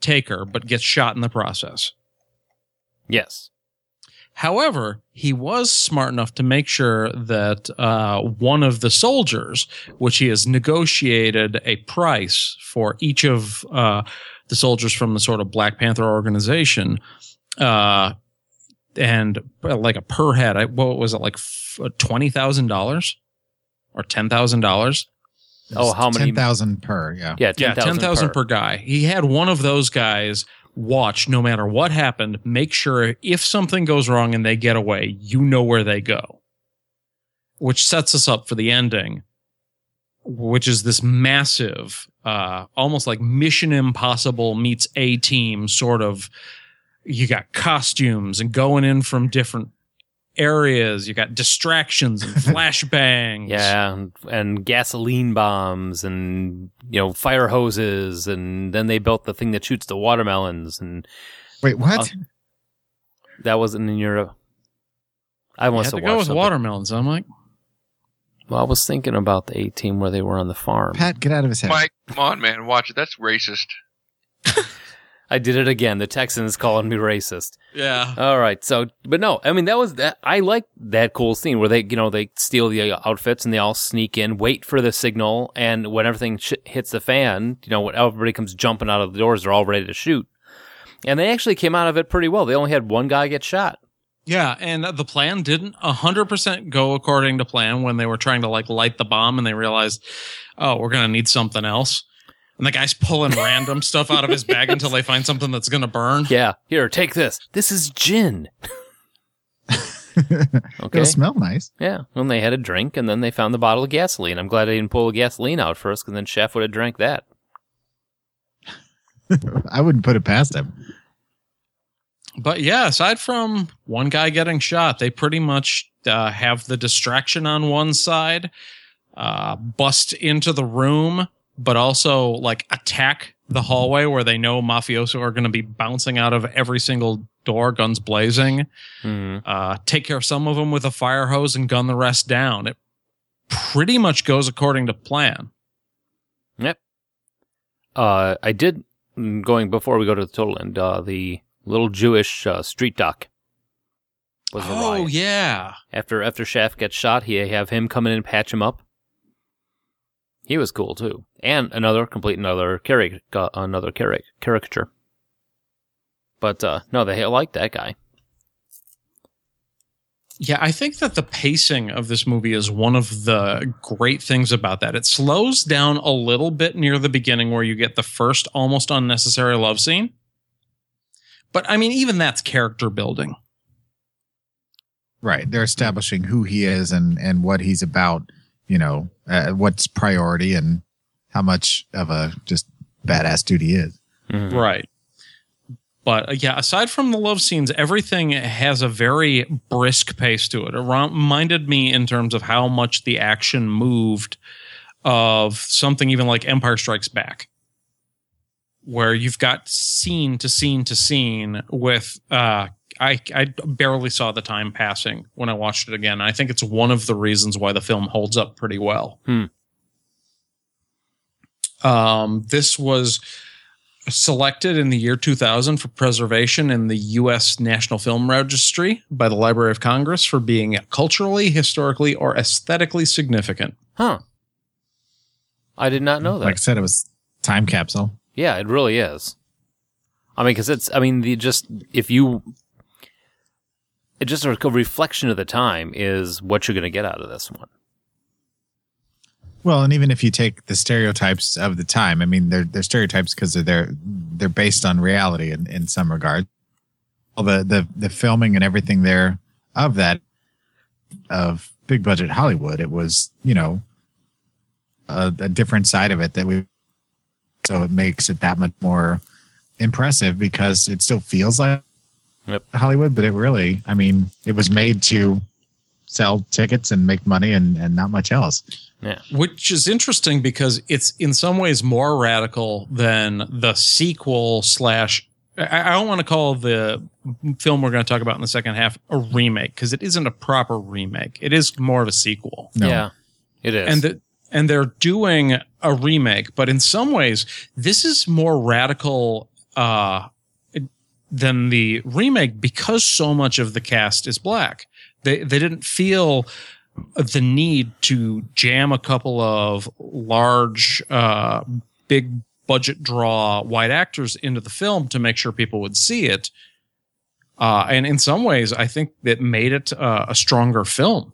S4: take her but gets shot in the process.
S3: Yes.
S4: However, he was smart enough to make sure that uh, one of the soldiers, which he has negotiated a price for each of uh, the soldiers from the sort of Black Panther organization, uh, and uh, like a per head, I, what was it, like f- uh, $20,000 or $10,000?
S3: Oh, how many?
S6: Hmm. Ten thousand per. Yeah.
S3: Yeah, 10,000
S4: Yeah, ten thousand per. guy. He had one of those guys watch no matter what happened. Make sure if something goes wrong and they get away, you know where they go. Which sets us up for the ending, which is this massive, uh, almost like Mission Impossible meets A Team sort of. You got costumes and going in from different areas. You got distractions and flashbangs.
S3: Yeah, and, and gasoline bombs and, you know, fire hoses. And then they built the thing that shoots the watermelons. And
S6: Wait, what?
S3: Uh, that wasn't in Europe. I
S4: You
S3: want
S4: had
S3: to
S4: to
S3: watch
S4: go with
S3: something.
S4: watermelons. I'm like,
S3: Well, I was thinking about the 18 where they were on the farm.
S6: Pat, get out of his head.
S5: Mike, come on, man, watch it. That's racist.
S3: I did it again. The Texan is calling me racist.
S4: yeah.
S3: All right. So, but no, I mean, that was that. I like that cool scene where they, you know, they steal the uh, outfits and they all sneak in, wait for the signal. And when everything sh- hits the fan, you know, when everybody comes jumping out of the doors, they're all ready to shoot. And they actually came out of it pretty well. They only had one guy get shot.
S4: Yeah, and the plan didn't 100% go according to plan when they were trying to like light the bomb and they realized, oh, we're going to need something else. And the guy's pulling random stuff out of his bag until they find something that's going to burn.
S3: Yeah. Here, take this. This is gin. okay.
S6: It'll smell nice.
S3: Yeah. And they had a drink and then they found the bottle of gasoline. I'm glad I didn't pull the gasoline out first because then Chef would have drank that.
S6: I wouldn't put it past him.
S4: But yeah, aside from one guy getting shot, they pretty much uh, have the distraction on one side, uh, bust into the room, but also like attack the hallway where they know mafioso are going to be bouncing out of every single door, guns blazing.
S3: Hmm.
S4: uh, take care of some of them with a fire hose and gun the rest down. It pretty much goes according to plan.
S3: Uh, I did mm, going before we go to the total end. Uh, the little Jewish uh, street doc was the riot.
S4: Oh, yeah.
S3: After after Shaft gets shot, he have him come in and patch him up. He was cool too, and another complete another caric- uh, another caric- caricature. But uh, no, they liked that guy.
S4: Yeah, I think that the pacing of this movie is one of the great things about that. It slows down a little bit near the beginning where you get the first almost unnecessary love scene. But I mean, even that's character building.
S6: Right. They're establishing who he is and and what he's about. You know, uh, what's priority and how much of a just badass dude he is.
S3: Mm-hmm.
S4: Right. But uh, yeah, aside from the love scenes, everything has a very brisk pace to it. It rom- reminded me in terms of how much the action moved of something even like Empire Strikes Back, where you've got scene to scene to scene with. Uh, I, I barely saw the time passing when I watched it again. I think it's one of the reasons why the film holds up pretty well. Um, this was selected in the year 2000 for preservation in the U.S. National Film Registry by the Library of Congress for being culturally, historically, or aesthetically significant.
S3: Huh. I did not know that.
S6: Like I said, it was time capsule.
S3: Yeah, it really is. I mean, because it's, I mean, the just, if you, it just a reflection of the time is what you're going to get out of this one.
S6: Well, and even if you take the stereotypes of the time, I mean, they're they're stereotypes because they're, they're they're based on reality in, in some regard. All the, the the filming and everything there of that of big budget Hollywood, it was you know a, a different side of it that we. So it makes it that much more impressive because it still feels like
S3: Yep.
S6: Hollywood, but it really, I mean, it was made to sell tickets and make money and, and not much else.
S4: which is interesting because it's in some ways more radical than the sequel slash i I don't want to call the film we're going to talk about in the second half a remake because it isn't a proper remake it is more of a sequel
S6: No.
S3: Yeah, it is.
S4: and the, and they're doing a remake but in some ways this is more radical uh than the remake because so much of the cast is black they they didn't feel the need to jam a couple of large uh big budget draw white actors into the film to make sure people would see it uh, and in some ways, I think that made it uh, a stronger film.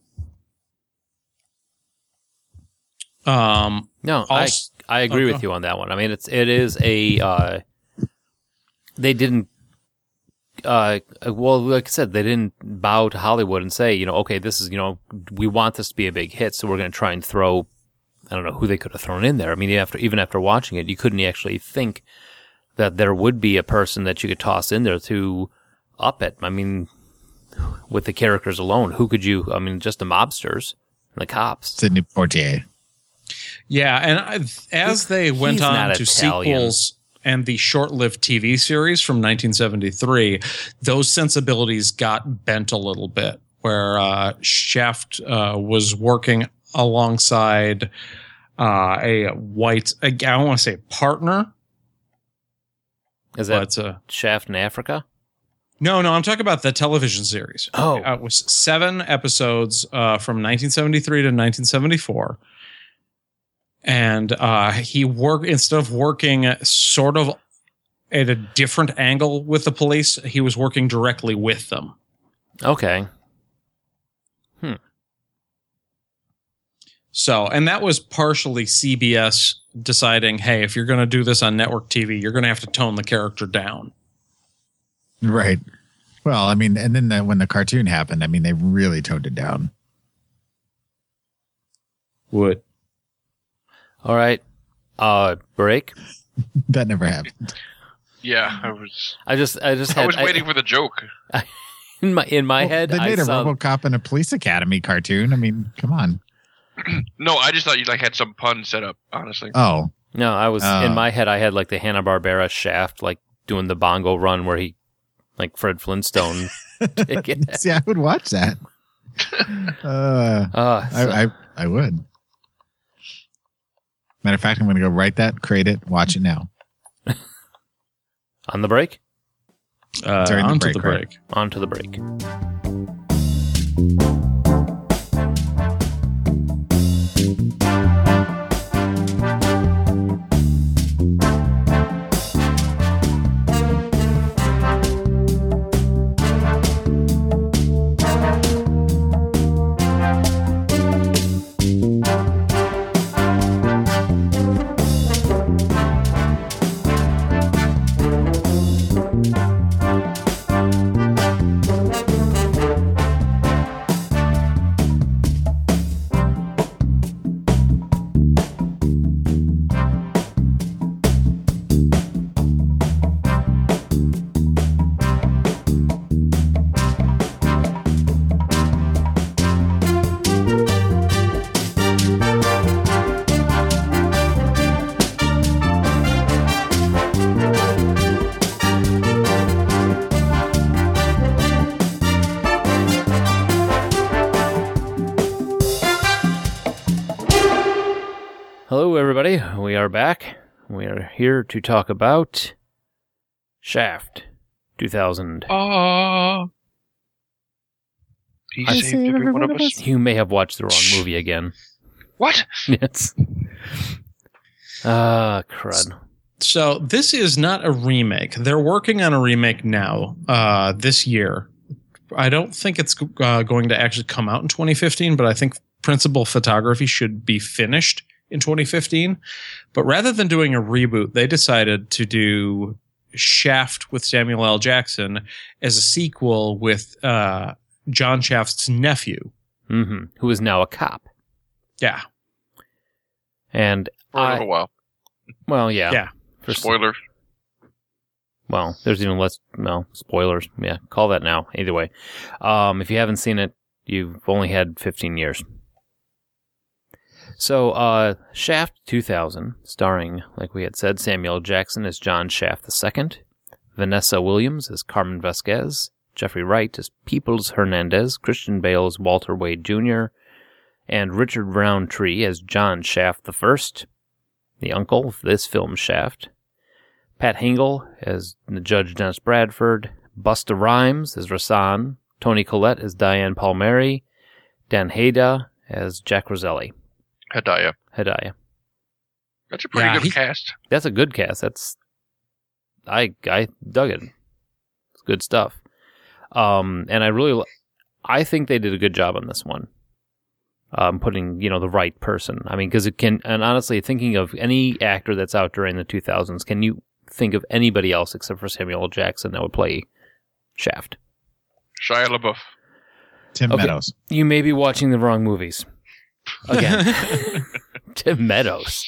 S4: Um,
S3: No,
S4: Also-
S3: I I agree
S4: Oh, go.
S3: with you on that one. I mean, it's it is a uh, they didn't uh well like I said they didn't bow to Hollywood and say you know okay this is you know we want this to be a big hit so we're going to try and throw I don't know who they could have thrown in there. I mean after even after watching it you couldn't actually think that there would be a person that you could toss in there to up it. I mean with the characters alone who could you I mean just the mobsters and the cops.
S6: Sidney Portier.
S4: yeah, and I, as they went
S3: he's
S4: on
S3: not
S4: to
S3: Italian.
S4: sequels and the short-lived TV series from 1973, those sensibilities got bent a little bit. Where uh, Shaft uh, was working alongside uh, a white, I don't want to say partner,
S3: Is that
S4: but uh,
S3: Shaft in Africa?
S4: No, no, I'm talking about the television series.
S3: Oh.
S4: Uh, it was seven episodes uh, from 1973 to 1974. And uh, he worked, instead of working sort of at a different angle with the police, he was working directly with them.
S3: Okay.
S4: So, and that was partially CBS deciding, hey, if you're going to do this on network TV, you're going to have to tone the character down.
S6: Right. Well, I mean, and then the, when the cartoon happened, I mean, they really toned it down.
S4: Would
S3: All right. Uh, break.
S6: That never happened.
S5: Yeah, I was.
S3: I just, I just had
S5: I was waiting for the joke.
S3: in my in my
S6: Well,
S3: head.
S6: they
S3: I um,
S6: made a
S3: saw,
S6: RoboCop and a Police Academy cartoon. I mean, come on.
S5: No, I just thought you like had some pun set up. Honestly,
S6: Oh,
S3: no, I was
S6: Uh.
S3: in my head. I had like the Hanna Barbera Shaft, like doing the bongo run where he, like Fred Flintstone. ticket.
S6: see, I would watch that. Uh,
S3: Uh, so-
S6: I, I, I would. Matter of fact, I'm going to go write that, create it, watch it now.
S3: on the break.
S4: uh,
S6: During the
S4: onto
S6: break,
S4: the
S6: right?
S4: break.
S3: On to the break. Hello, everybody. We are back. we are here to talk about Shaft 2000.
S5: Oh. He
S3: I
S5: saved every one of us.
S3: You may have watched the wrong movie again.
S5: What?
S3: Yes. Ah, crud.
S4: So this is not a remake. They're working on a remake now uh, this year. I don't think it's uh, going to actually come out in 2015, but I think principal photography should be finished in 2015. But rather than doing a reboot, they decided to do Shaft with Samuel L. Jackson as a sequel with uh, John Shaft's nephew.
S3: Mm-hmm. Who is now a cop.
S4: Yeah,
S3: And,
S5: For a
S3: I-
S5: little while.
S3: well, yeah.
S4: Yeah.
S3: For s-
S5: Spoiler.
S3: well, there's even less, no, spoilers. Yeah, call that now. Either way. Um, if you haven't seen it, you've only had 15 years. So, uh, Shaft 2000, starring, like we had said, Samuel Jackson as John Shaft II, Vanessa Williams as Carmen Vasquez, Jeffrey Wright as Peoples Hernandez, Christian Bale as Walter Wade Jr., and Richard Roundtree as John Shaft I, the uncle of this film Shaft. Pat Hingle as Judge Dennis Bradford, Busta Rhymes as Rasan, Tony Collette as Diane Palmieri, Dan Hayda as Jack Roselli,
S5: Hadaya.
S3: Hedaya.
S5: That's a pretty
S4: Yeah,
S5: good
S4: he-
S5: cast.
S3: That's a good cast. That's I I dug it. It's good stuff. Um, and I really li- I think they did a good job on this one. Um, putting you know the right person. I mean, because it can. And honestly, thinking of any actor that's out during the 2000s, can you think of anybody else except for Samuel L. Jackson that would play Shaft?
S5: Shia LaBeouf.
S6: Tim
S3: Okay.
S6: Meadows.
S3: You may be watching the wrong movies. Again. Tim Meadows.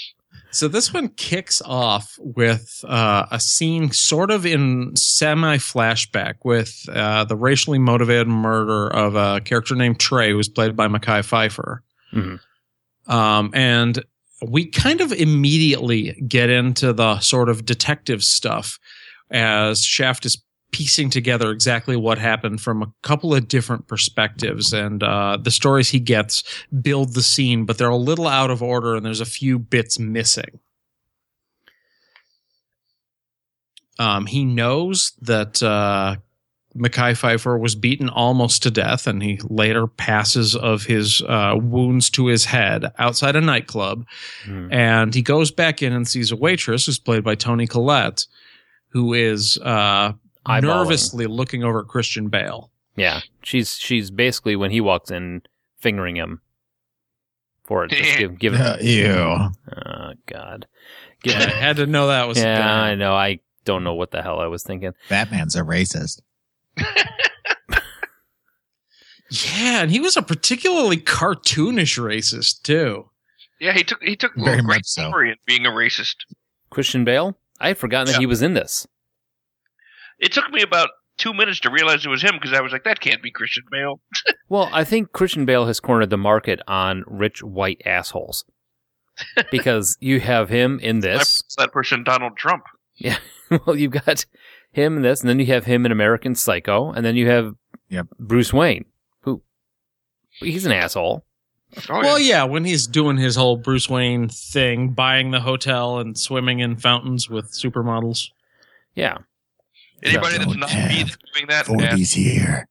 S4: So this one kicks off with uh, a scene sort of in semi flashback with uh, the racially motivated murder of a character named Trey, who's played by Mackay Pfeiffer.
S3: Mhm.
S4: Um, and we kind of immediately get into the sort of detective stuff as Shaft is piecing together exactly what happened from a couple of different perspectives and uh, the stories he gets build the scene, but they're a little out of order and there's a few bits missing. Um, he knows that uh, Mackay Pfeiffer was beaten almost to death, and he later passes of his uh, wounds to his head outside a nightclub.
S3: Hmm.
S4: And he goes back in and sees a waitress who's played by Tony Collette, who is uh,
S3: Eyeballing.
S4: nervously looking over at Christian Bale.
S3: Yeah. She's she's basically when he walks in fingering him for it. Just give give
S6: Uh,
S3: it.
S6: ew.
S3: Oh god. Give
S4: Yeah, I
S3: it.
S4: had to know that was
S3: Yeah,
S4: bad.
S3: I know. I don't know what the hell I was thinking.
S6: Batman's a racist.
S4: Yeah, and he was a particularly cartoonish racist too.
S5: Yeah, he took he took
S6: Very
S5: great
S6: much so.
S5: glory in being a racist.
S3: Christian Bale? I had forgotten that
S5: Yeah.
S3: he was in this.
S5: It took me about two minutes to realize it was him because I was like, that can't be Christian Bale.
S3: Well, I think Christian Bale has cornered the market on rich white assholes. Because you have him in this.
S5: That's that person, Donald Trump.
S3: well, you've got him in this, and then you have him in American Psycho, and then you have
S6: Yep.
S3: Bruce Wayne, who he's an asshole.
S5: Oh,
S4: well,
S5: yeah.
S4: yeah, when he's doing his whole Bruce Wayne thing, buying the hotel and swimming in fountains with supermodels.
S3: Yeah,
S5: Anybody that's
S6: Don't
S5: not
S6: have
S5: me that's doing that, eh, ass-
S6: Forties here.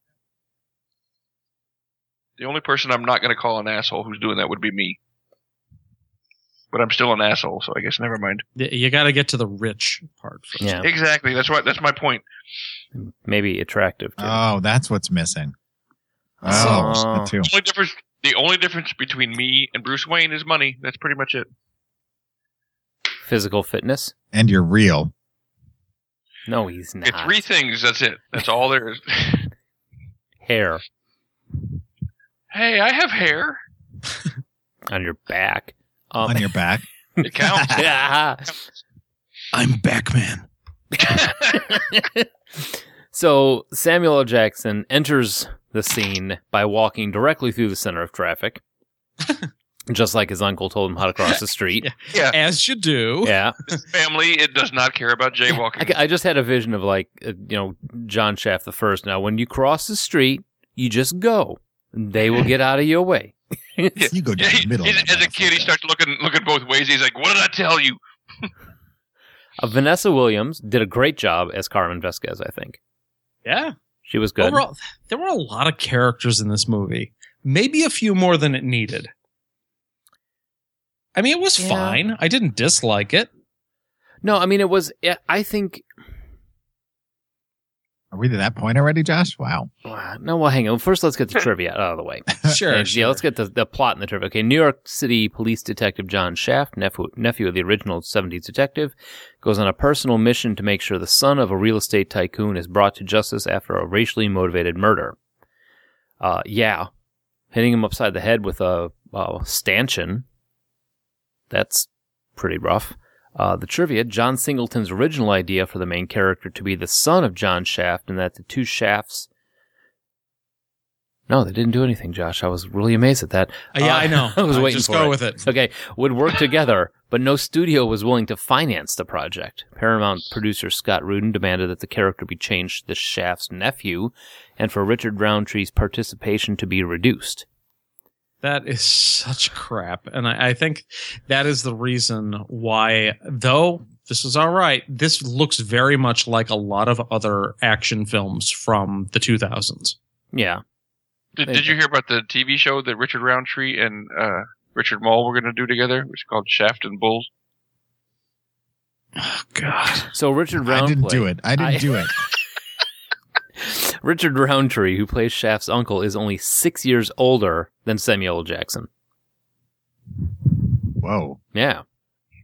S5: the only person I'm not going to call an asshole who's doing that would be me. But I'm still an asshole, so I guess never mind.
S4: Y- You got to get to the rich part first.
S3: yeah,
S5: Exactly. That's what. That's my point.
S3: maybe attractive. Too.
S6: Oh, that's what's missing. Oh,
S3: So-
S6: that too.
S5: The only difference. The only difference between me and Bruce Wayne is money. That's pretty much it.
S3: Physical fitness?
S6: And you're real.
S3: No, he's not.
S5: It's three things. That's it. That's all there is.
S3: Hair
S5: hey, I have hair.
S3: on your back. Um,
S6: on your back.
S5: It counts.
S3: yeah.
S4: I'm Batman.
S3: so Samuel L. Jackson enters the scene by walking directly through the center of traffic, just like his uncle told him how to cross the street.
S4: As you do.
S3: yeah.
S5: Family. It does not care about jaywalking.
S3: I, I just had a vision of like uh, you know John Shaft the first. Now, when you cross the street, you just go. They will get out of your way.
S6: You go
S5: Yeah,
S6: down
S5: he,
S6: the middle.
S5: he-
S6: of that
S5: as a kid, he
S6: motherfucker.
S5: starts looking looking both ways. He's like, "What did I tell you?"
S3: Uh, Vanessa Williams did a great job as Carmen Vesquez, I think.
S4: Yeah.
S3: She was good.
S4: Overall, there were a lot of characters in this movie. Maybe a few more than it needed. I mean, it was
S3: Yeah.
S4: fine. I didn't dislike it.
S3: No, I mean, it was, yeah, I think,
S6: Are we to that point already, Josh? Wow.
S3: uh, no, well, hang on. First, let's get the trivia out of the way.
S4: Sure.
S3: And, Yeah, let's get the, the plot in the trivia. Okay, New York City police detective John Shaft, nephew, nephew of the original 70s detective, goes on a personal mission to make sure the son of a real estate tycoon is brought to justice after a racially motivated murder. Uh, yeah, hitting him upside the head with a, a stanchion. That's pretty rough. Uh, the trivia John Singleton's original idea for the main character to be the son of John Shaft, and that the two shafts. No, they didn't do anything, Josh. I was really amazed at that.
S4: Uh, yeah, I know.
S3: I was
S4: Uh,
S3: waiting
S4: just
S3: for
S4: go
S3: it.
S4: with it.
S3: Okay, would work together, but no studio was willing to finance the project. Paramount producer Scott Rudin demanded that the character be changed to the Shaft's nephew, and for Richard Roundtree's participation to be reduced.
S4: That is such crap. And I, I think that is the reason why, though this is all right, this looks very much like a lot of other action films from the 2000s.
S3: Yeah,
S5: Did,
S3: Thank
S5: did
S3: you.
S5: you hear about the TV show that Richard Roundtree and uh, Richard Mall were going to do together? It's called Shaft and Bull.
S4: Oh, God.
S3: So Richard Roundtree.
S6: I didn't do it. I didn't
S3: I-
S6: do it.
S3: Richard Roundtree, who plays Shaft's uncle, is only six years older than Samuel L. Jackson.
S6: Whoa.
S3: Yeah.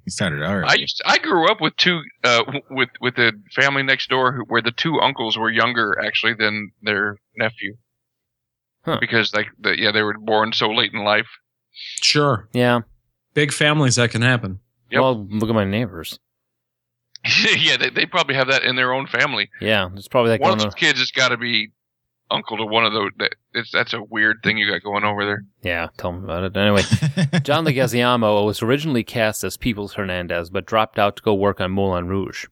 S6: He started all
S5: I
S6: right.
S5: used I grew up with two uh, w- with with the family next door who, where the two uncles were younger actually than their nephew.
S3: Huh.
S5: Because like the, yeah they were born so late in life.
S4: Sure.
S3: Yeah.
S4: Big families, that can happen.
S5: Yep.
S3: Well, look at my neighbors.
S5: yeah, they, they probably have that in their own family.
S3: Yeah. It's probably like
S5: one
S3: one
S5: of
S3: of
S5: those kids has got to be uncle to one of those. That, it's, that's a weird thing you got going over there.
S3: Yeah. Tell them about it. Anyway, John Leguizamo was originally cast as Peoples Hernandez, but dropped out to go work on Moulin Rouge.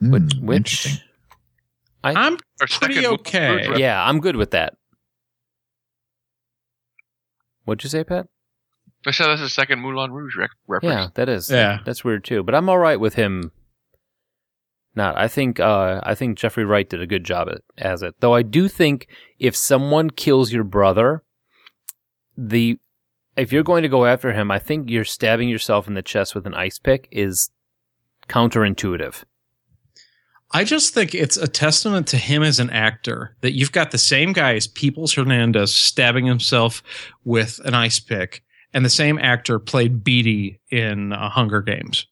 S3: Which,
S6: Hmm,
S3: which
S6: interesting.
S3: I,
S4: I'm
S5: Our
S4: Pretty
S5: second Moulin
S4: okay.
S5: Rouge rep-
S3: yeah, I'm good with that. What'd you say, Pat?
S5: I said that's the second Moulin Rouge rec- reference.
S3: Yeah, that is.
S4: Yeah.
S3: That's weird too. But I'm all right with him. Not. I think. Uh, I think Jeffrey Wright did a good job at, as it. Though I do think if someone kills your brother, the if you're going to go after him, I think you're stabbing yourself in the chest with an ice pick is counterintuitive.
S4: I just think it's a testament to him as an actor that you've got the same guy as Peoples Hernandez stabbing himself with an ice pick, and the same actor played Beatty in uh, Hunger Games.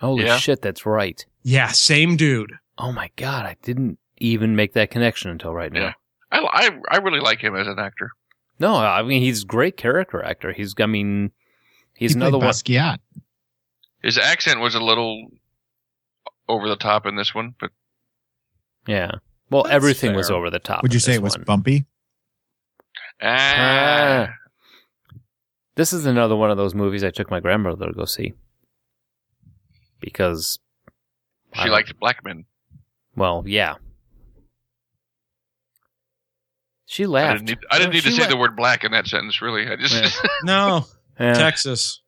S3: Holy
S5: Yeah.
S3: shit, that's right.
S4: Yeah, same dude.
S3: Oh my god, I didn't even make that connection until right now.
S5: Yeah. I, I I really like him as an actor.
S3: No, I mean he's a great character actor. He's. I mean, he's
S6: He played
S3: another one.
S6: Basquiat.
S5: His accent was a little over the top in this one, but
S3: Yeah. Well,
S4: That's
S3: everything was
S4: fair.
S3: over the top.
S6: Would you
S3: in
S6: say
S3: this
S6: it was
S3: one.
S6: bumpy?
S5: ah,
S3: Ah. This is another one of those movies I took my grandmother to go see because,
S6: Ah.
S5: she liked black men.
S3: well, yeah, she
S5: I
S3: laughed.
S5: didn't need, I didn't
S3: No,
S5: need to
S3: she
S5: say
S3: la-
S5: the word black in that sentence. Really, I just
S4: No,
S3: Yeah.
S4: Texas.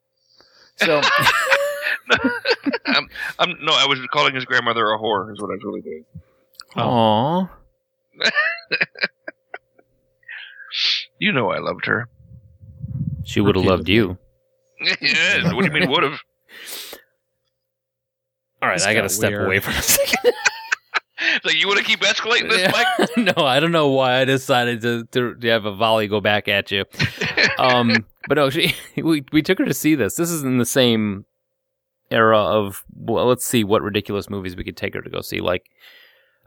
S3: So
S5: I'm, no. I was calling his grandmother a whore. Is what I was really doing.
S3: Aw.
S5: You know, I loved her.
S3: she would have loved you.
S5: yes. What do you mean would have?
S3: All right,
S4: This
S3: I got to
S4: got
S3: step
S4: weird.
S3: away for a second.
S5: Like you want to keep escalating this,
S3: Yeah.
S5: Mike?
S3: no, I don't know why I decided to, to, to have a volley go back at you. Um, but no, she, we we took her to see this. This is in the same era of well, let's see what ridiculous movies we could take her to go see, like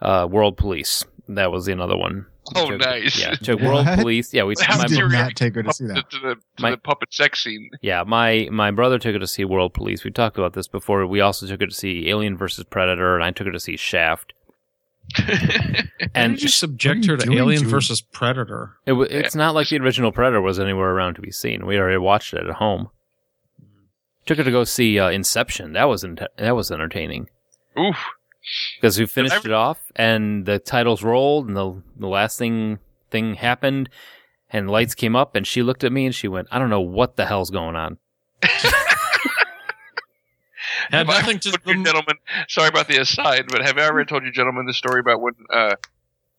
S3: uh, World Police. That was another one. We
S5: Oh,
S3: took-
S5: nice.
S3: Yeah, took World
S6: What?
S3: Police. Yeah, we took
S5: How
S6: I
S3: my,
S6: did
S5: serious-
S6: not take her to see
S5: To,
S6: that.
S5: to the, to
S3: My-
S5: the puppet sex scene.
S3: yeah my my brother took her to see World Police. We talked about this before. We also took her to see Alien versus Predator, and I took her to see Shaft.
S4: And
S3: And
S4: did you subject her
S6: you
S4: to
S6: doing,
S4: Alien
S6: Julie?
S4: versus Predator?
S3: It, wa- it's not like the original Predator was anywhere around to be seen. We already watched it at home. Took her to go see uh, Inception. That was ent- that was entertaining
S5: Oof.
S3: because we finished
S5: every-
S3: it off and the titles rolled and the the last thing thing happened and lights came up and she looked at me and she went, "I don't know what the hell's going on."
S4: Had
S5: Have I
S4: nothing to
S5: told
S4: the
S5: you gentlemen. Sorry about the aside, but have I ever told you gentlemen the story about when uh,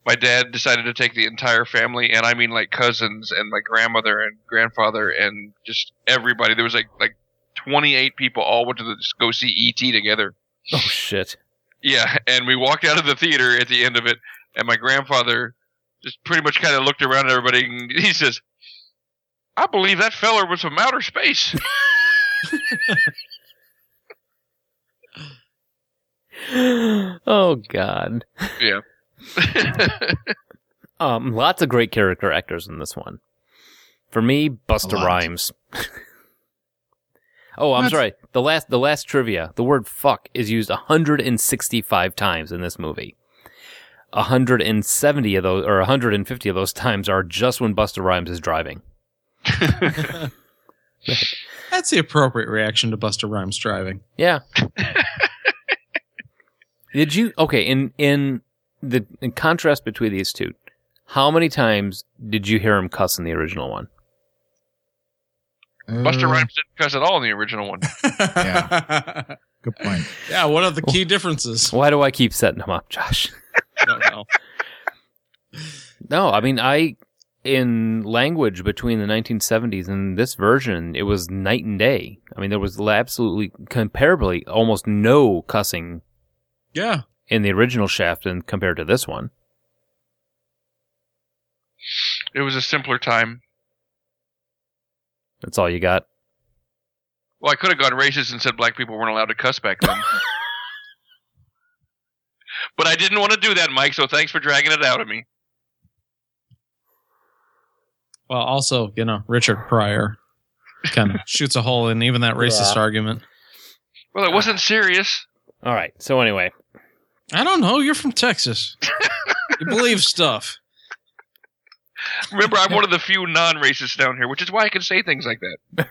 S5: my dad decided to take the entire family, and I mean like cousins and my grandmother and grandfather and just everybody. There was like like twenty eight people all went to the, just go see E. T. together.
S3: Oh shit.
S5: Yeah, and we walked out of the theater at the end of it, and my grandfather just pretty much kind of looked around at everybody, and he says, "I believe that feller was from outer space."
S3: Oh god.
S5: yeah.
S3: Um, lots of great character actors in this one. For me, Busta
S6: lot.
S3: Rhymes. oh, I'm
S6: What?
S3: sorry. The last the last trivia. The word fuck is used 165 times in this movie. 170 of those or 150 of those times are just when Busta Rhymes is driving.
S4: That's the appropriate reaction to Buster Rhymes driving.
S3: Yeah. Did you okay, in in the in contrast between these two, how many times did you hear him cuss in the original one?
S5: Buster
S6: Uh,
S5: Rhymes didn't cuss at all in the original one.
S4: Yeah.
S6: Good point.
S4: yeah, one of the key differences.
S3: Why do I keep setting him up, Josh?
S4: I don't know.
S3: No, I mean I in language between the 1970s and this version, it was night and day. I mean, there was absolutely comparably almost no cussing
S4: Yeah.
S3: in the original Shaft, and compared to this one.
S5: It was a simpler time.
S3: That's all you got.
S5: Well, I could have gone racist and said black people weren't allowed to cuss back then. but I didn't want to do that, Mike, so thanks for dragging it out of me.
S4: Well, also, you know, Richard Pryor kind of shoots a hole in even that racist argument.
S5: Well, it wasn't serious.
S3: All right. So anyway,
S4: I don't know. You're from Texas. you believe stuff.
S5: Remember, I'm one of the few non racists down here, which is why I can say things like that.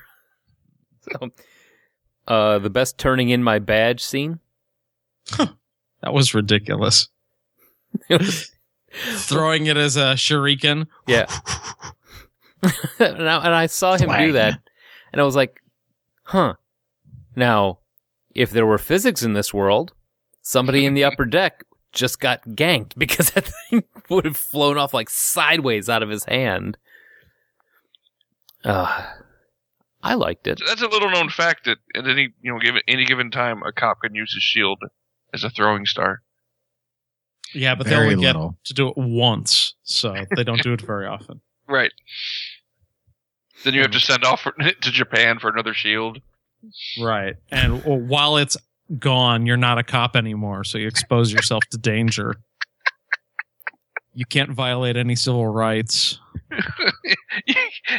S3: uh, the best turning in my badge scene.
S4: That was ridiculous.
S3: It was-
S4: Throwing it as a shuriken.
S3: yeah. and, I, and I saw him do
S6: Swag.
S3: that, and I was like, "Huh." Now, if there were physics in this world, somebody in the upper deck just got ganked because that thing would have flown off like sideways out of his hand. Uh, I liked it.
S5: So that's a little known fact that at any you know given any given time, a cop can use his shield as a throwing star.
S4: Yeah, but
S6: Very
S4: they only
S6: little.
S4: get to do it once, so they don't do it very often.
S5: Right. Then you have to send off for, to Japan for another shield.
S4: Right. And well, while it's gone, you're not a cop anymore, so you expose yourself to danger. You can't violate any civil rights.
S5: you,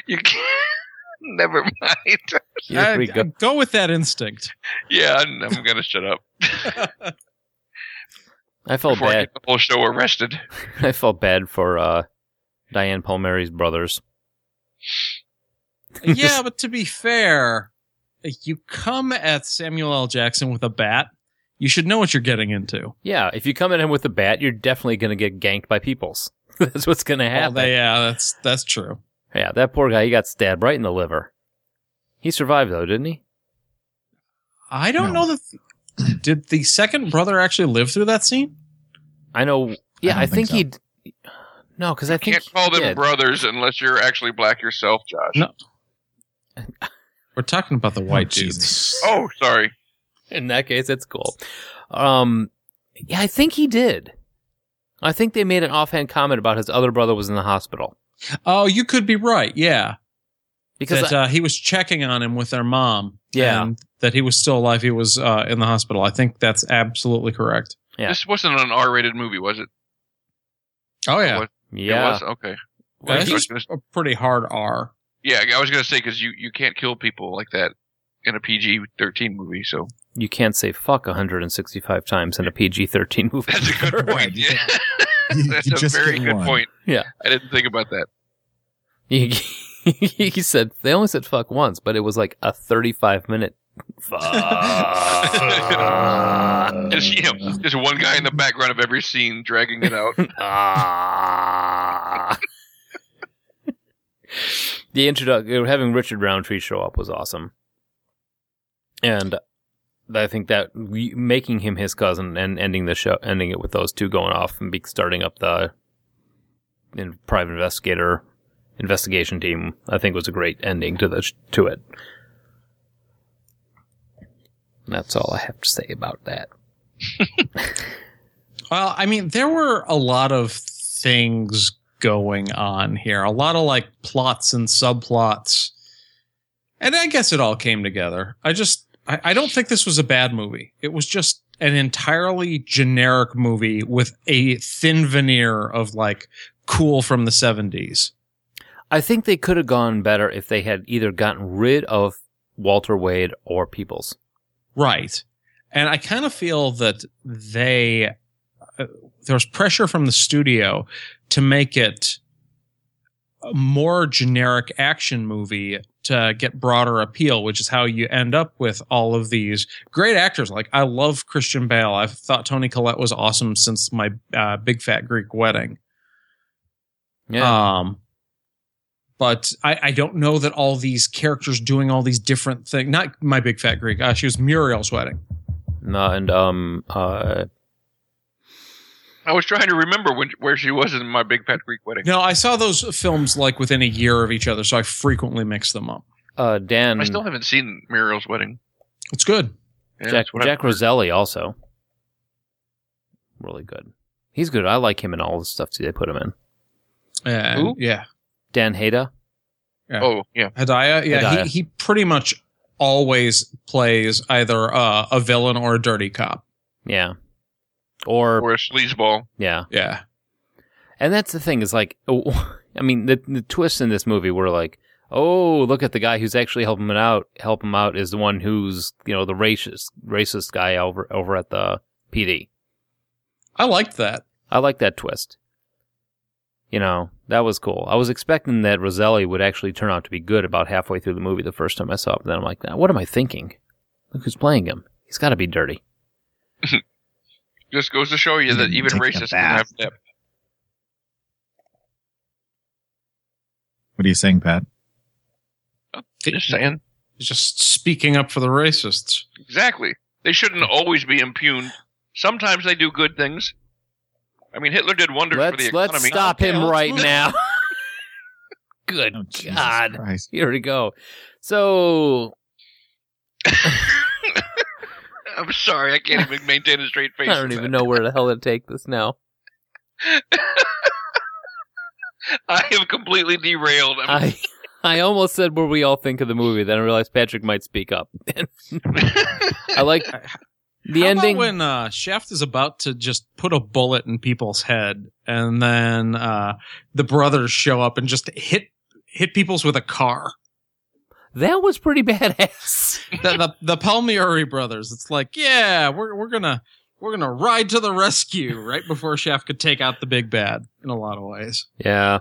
S5: you can't. Never mind.
S3: You're
S4: I-
S3: pretty
S4: I
S3: good.
S4: go with that instinct.
S5: Yeah, I'm, I'm gonna shut up
S3: I felt
S5: before I
S3: bad.
S5: get the whole show arrested.
S3: I felt bad for uh, Diane Palmieri's brothers.
S4: yeah, but to be fair, you come at Samuel L. Jackson with a bat, you should know what you're getting into.
S3: Yeah, if you come at him with a bat, you're definitely going to get ganked by peoples. That's what's going to
S4: Yeah,
S3: happen.
S4: yeah, that's that's true.
S3: Yeah, that poor guy, he got stabbed right in the liver. He survived though, didn't he?
S4: I don't
S6: No.
S4: know that. Did the second brother actually live through that scene?
S3: I know. Yeah,
S6: don't
S3: I,
S6: think
S3: think,
S6: so.
S3: he. No, because I think
S5: Can't call them
S3: yeah,
S5: brothers unless you're actually black yourself, Josh.
S4: No. We're talking about the white dudes.
S6: Jesus.
S5: Oh, sorry.
S3: In that case, it's cool. Um, yeah, I think he did. I think they made an offhand comment about his other brother was in the hospital
S4: Oh, you could be right. Yeah.
S3: because
S4: That
S3: I-
S4: uh, he was checking on him with their mom.
S3: Yeah.
S4: And that he was still alive. He was uh, in the hospital. I think that's absolutely correct.
S3: Yeah.
S5: This wasn't an R-rated movie, was it?
S4: Oh,
S5: It was, It
S3: yeah,
S5: was? Okay.
S4: Uh,
S5: I was
S4: he's
S5: gonna-
S4: a pretty hard R.
S5: yeah, I was gonna say because you you can't kill people like that in a PG-13 movie. So
S3: you can't say fuck 165 times in a PG-13 movie.
S5: that's a good point.
S6: Right, you
S5: Yeah.
S6: You- you
S5: that's a
S6: just
S5: very
S6: get
S5: good
S6: one.
S5: point.
S3: Yeah.
S5: I didn't think about that.
S3: he, he said they only said fuck once, but it was like a 35 minute
S6: Uh.
S3: fuck.
S5: Just you know, just one guy in the background of every scene dragging it out.
S3: Ah. the introduction, having Richard Roundtree show up was awesome. And I think that we, making him his cousin and ending the show, ending it with those two going off and be starting up the in, private investigator investigation team, I think was a great ending to the sh- to it. And that's all I have to say about that.
S4: Well, I mean, there were a lot of things going on here, a lot of like plots and subplots. And I guess it all came together. I just, I, I don't think this was a bad movie. It was just an entirely generic movie with a thin veneer of like cool from the 70s.
S3: I think they could have gone better if they had either gotten rid of Walter Wade or Peoples.
S4: Right. And I kind of feel that they uh, there was pressure from the studio to make it a more generic action movie to get broader appeal, which is how you end up with all of these great actors. Like I love Christian Bale. I've thought Tony Collette was awesome since my uh, Big Fat Greek Wedding. Um, but I, I don't know that all these characters doing all these different things. Not my Big Fat Greek. Uh, she was Muriel's wedding.
S3: No, and um, uh,
S5: I was trying to remember when, where she was in my Big Fat Greek Wedding.
S4: No, I saw those films like within a year of each other, so I frequently mix them up.
S3: uh Dan
S5: I still haven't seen Muriel's Wedding.
S4: It's good.
S5: Yeah,
S3: Jack,
S5: that's what I-
S3: Jack Roselli also really good. He's good. I like him in all the stuff they put him in.
S4: And,
S5: Who?
S4: Yeah.
S3: Dan Hada.
S5: Oh yeah,
S4: Hadaya. Yeah.
S3: Hedaya.
S4: He, he pretty much always plays either uh, a villain or a dirty cop.
S3: Yeah. Or,
S5: or a sleazeball.
S3: yeah.
S4: Yeah.
S3: And that's the thing is like I mean the the twists in this movie were like, "Oh, look at the guy who's actually helping him out. Help him out is the one who's, you know, the racist racist guy over over at the PD."
S4: I liked that.
S3: I like that twist. You know, that was cool. I was expecting that Roselli would actually turn out to be good about halfway through the movie the first time I saw it. But then I'm like, "Nah, what am I thinking? Look who's playing him. He's got to be dirty.
S5: Just goes to show you
S3: Mm,
S5: that even
S6: Take a
S5: racists can
S6: bath.
S5: have depth.
S6: What are you saying, Pat?
S5: Just saying.
S4: Just speaking up for the racists.
S5: Exactly. They shouldn't always be impugned. Sometimes they do good things. I mean, Hitler did wonders for the economy.
S3: Let's let's stop him right now. good
S6: Oh, Jesus
S3: God.
S6: Christ.
S3: Here we go. So
S5: I'm sorry, I can't even maintain a straight face.
S3: I don't even know where the hell to take this now.
S5: I am completely derailed. I'm,
S3: I I almost said where we all think of the movie, then I realized Patrick might speak up. I like the
S4: How about
S3: ending.
S4: when uh, Shaft is about to just put a bullet in people's head, and then uh, the brothers show up and just hit hit people's with a car.
S3: that was pretty badass.
S4: the, the the Palmieri brothers. It's like, yeah, we're we're gonna we're gonna ride to the rescue right before Shaft could take out the big bad in a lot of ways.
S3: Yeah.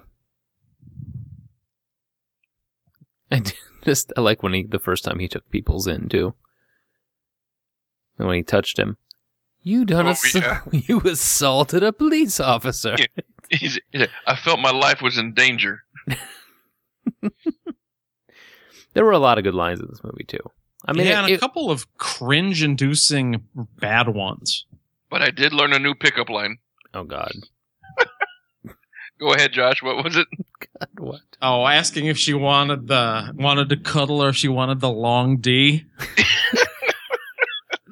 S3: I d- just I like when he the first time he took people's in too, and when he touched him, you done
S5: Oh,
S3: ass-
S5: yeah.
S3: you assaulted a police officer.
S5: Yeah. he's, he's like, I felt my life was in danger.
S3: There were a lot of good lines in this movie too. I
S4: I
S3: mean,
S4: mean,
S3: it-
S4: yeah, and a
S3: it-
S4: couple of cringe-inducing bad ones.
S5: But I did learn a new pickup line.
S3: oh god,
S5: Go ahead, Josh. What was it?
S3: what?
S4: Oh, asking if she wanted the wanted to cuddle or if she wanted the long D.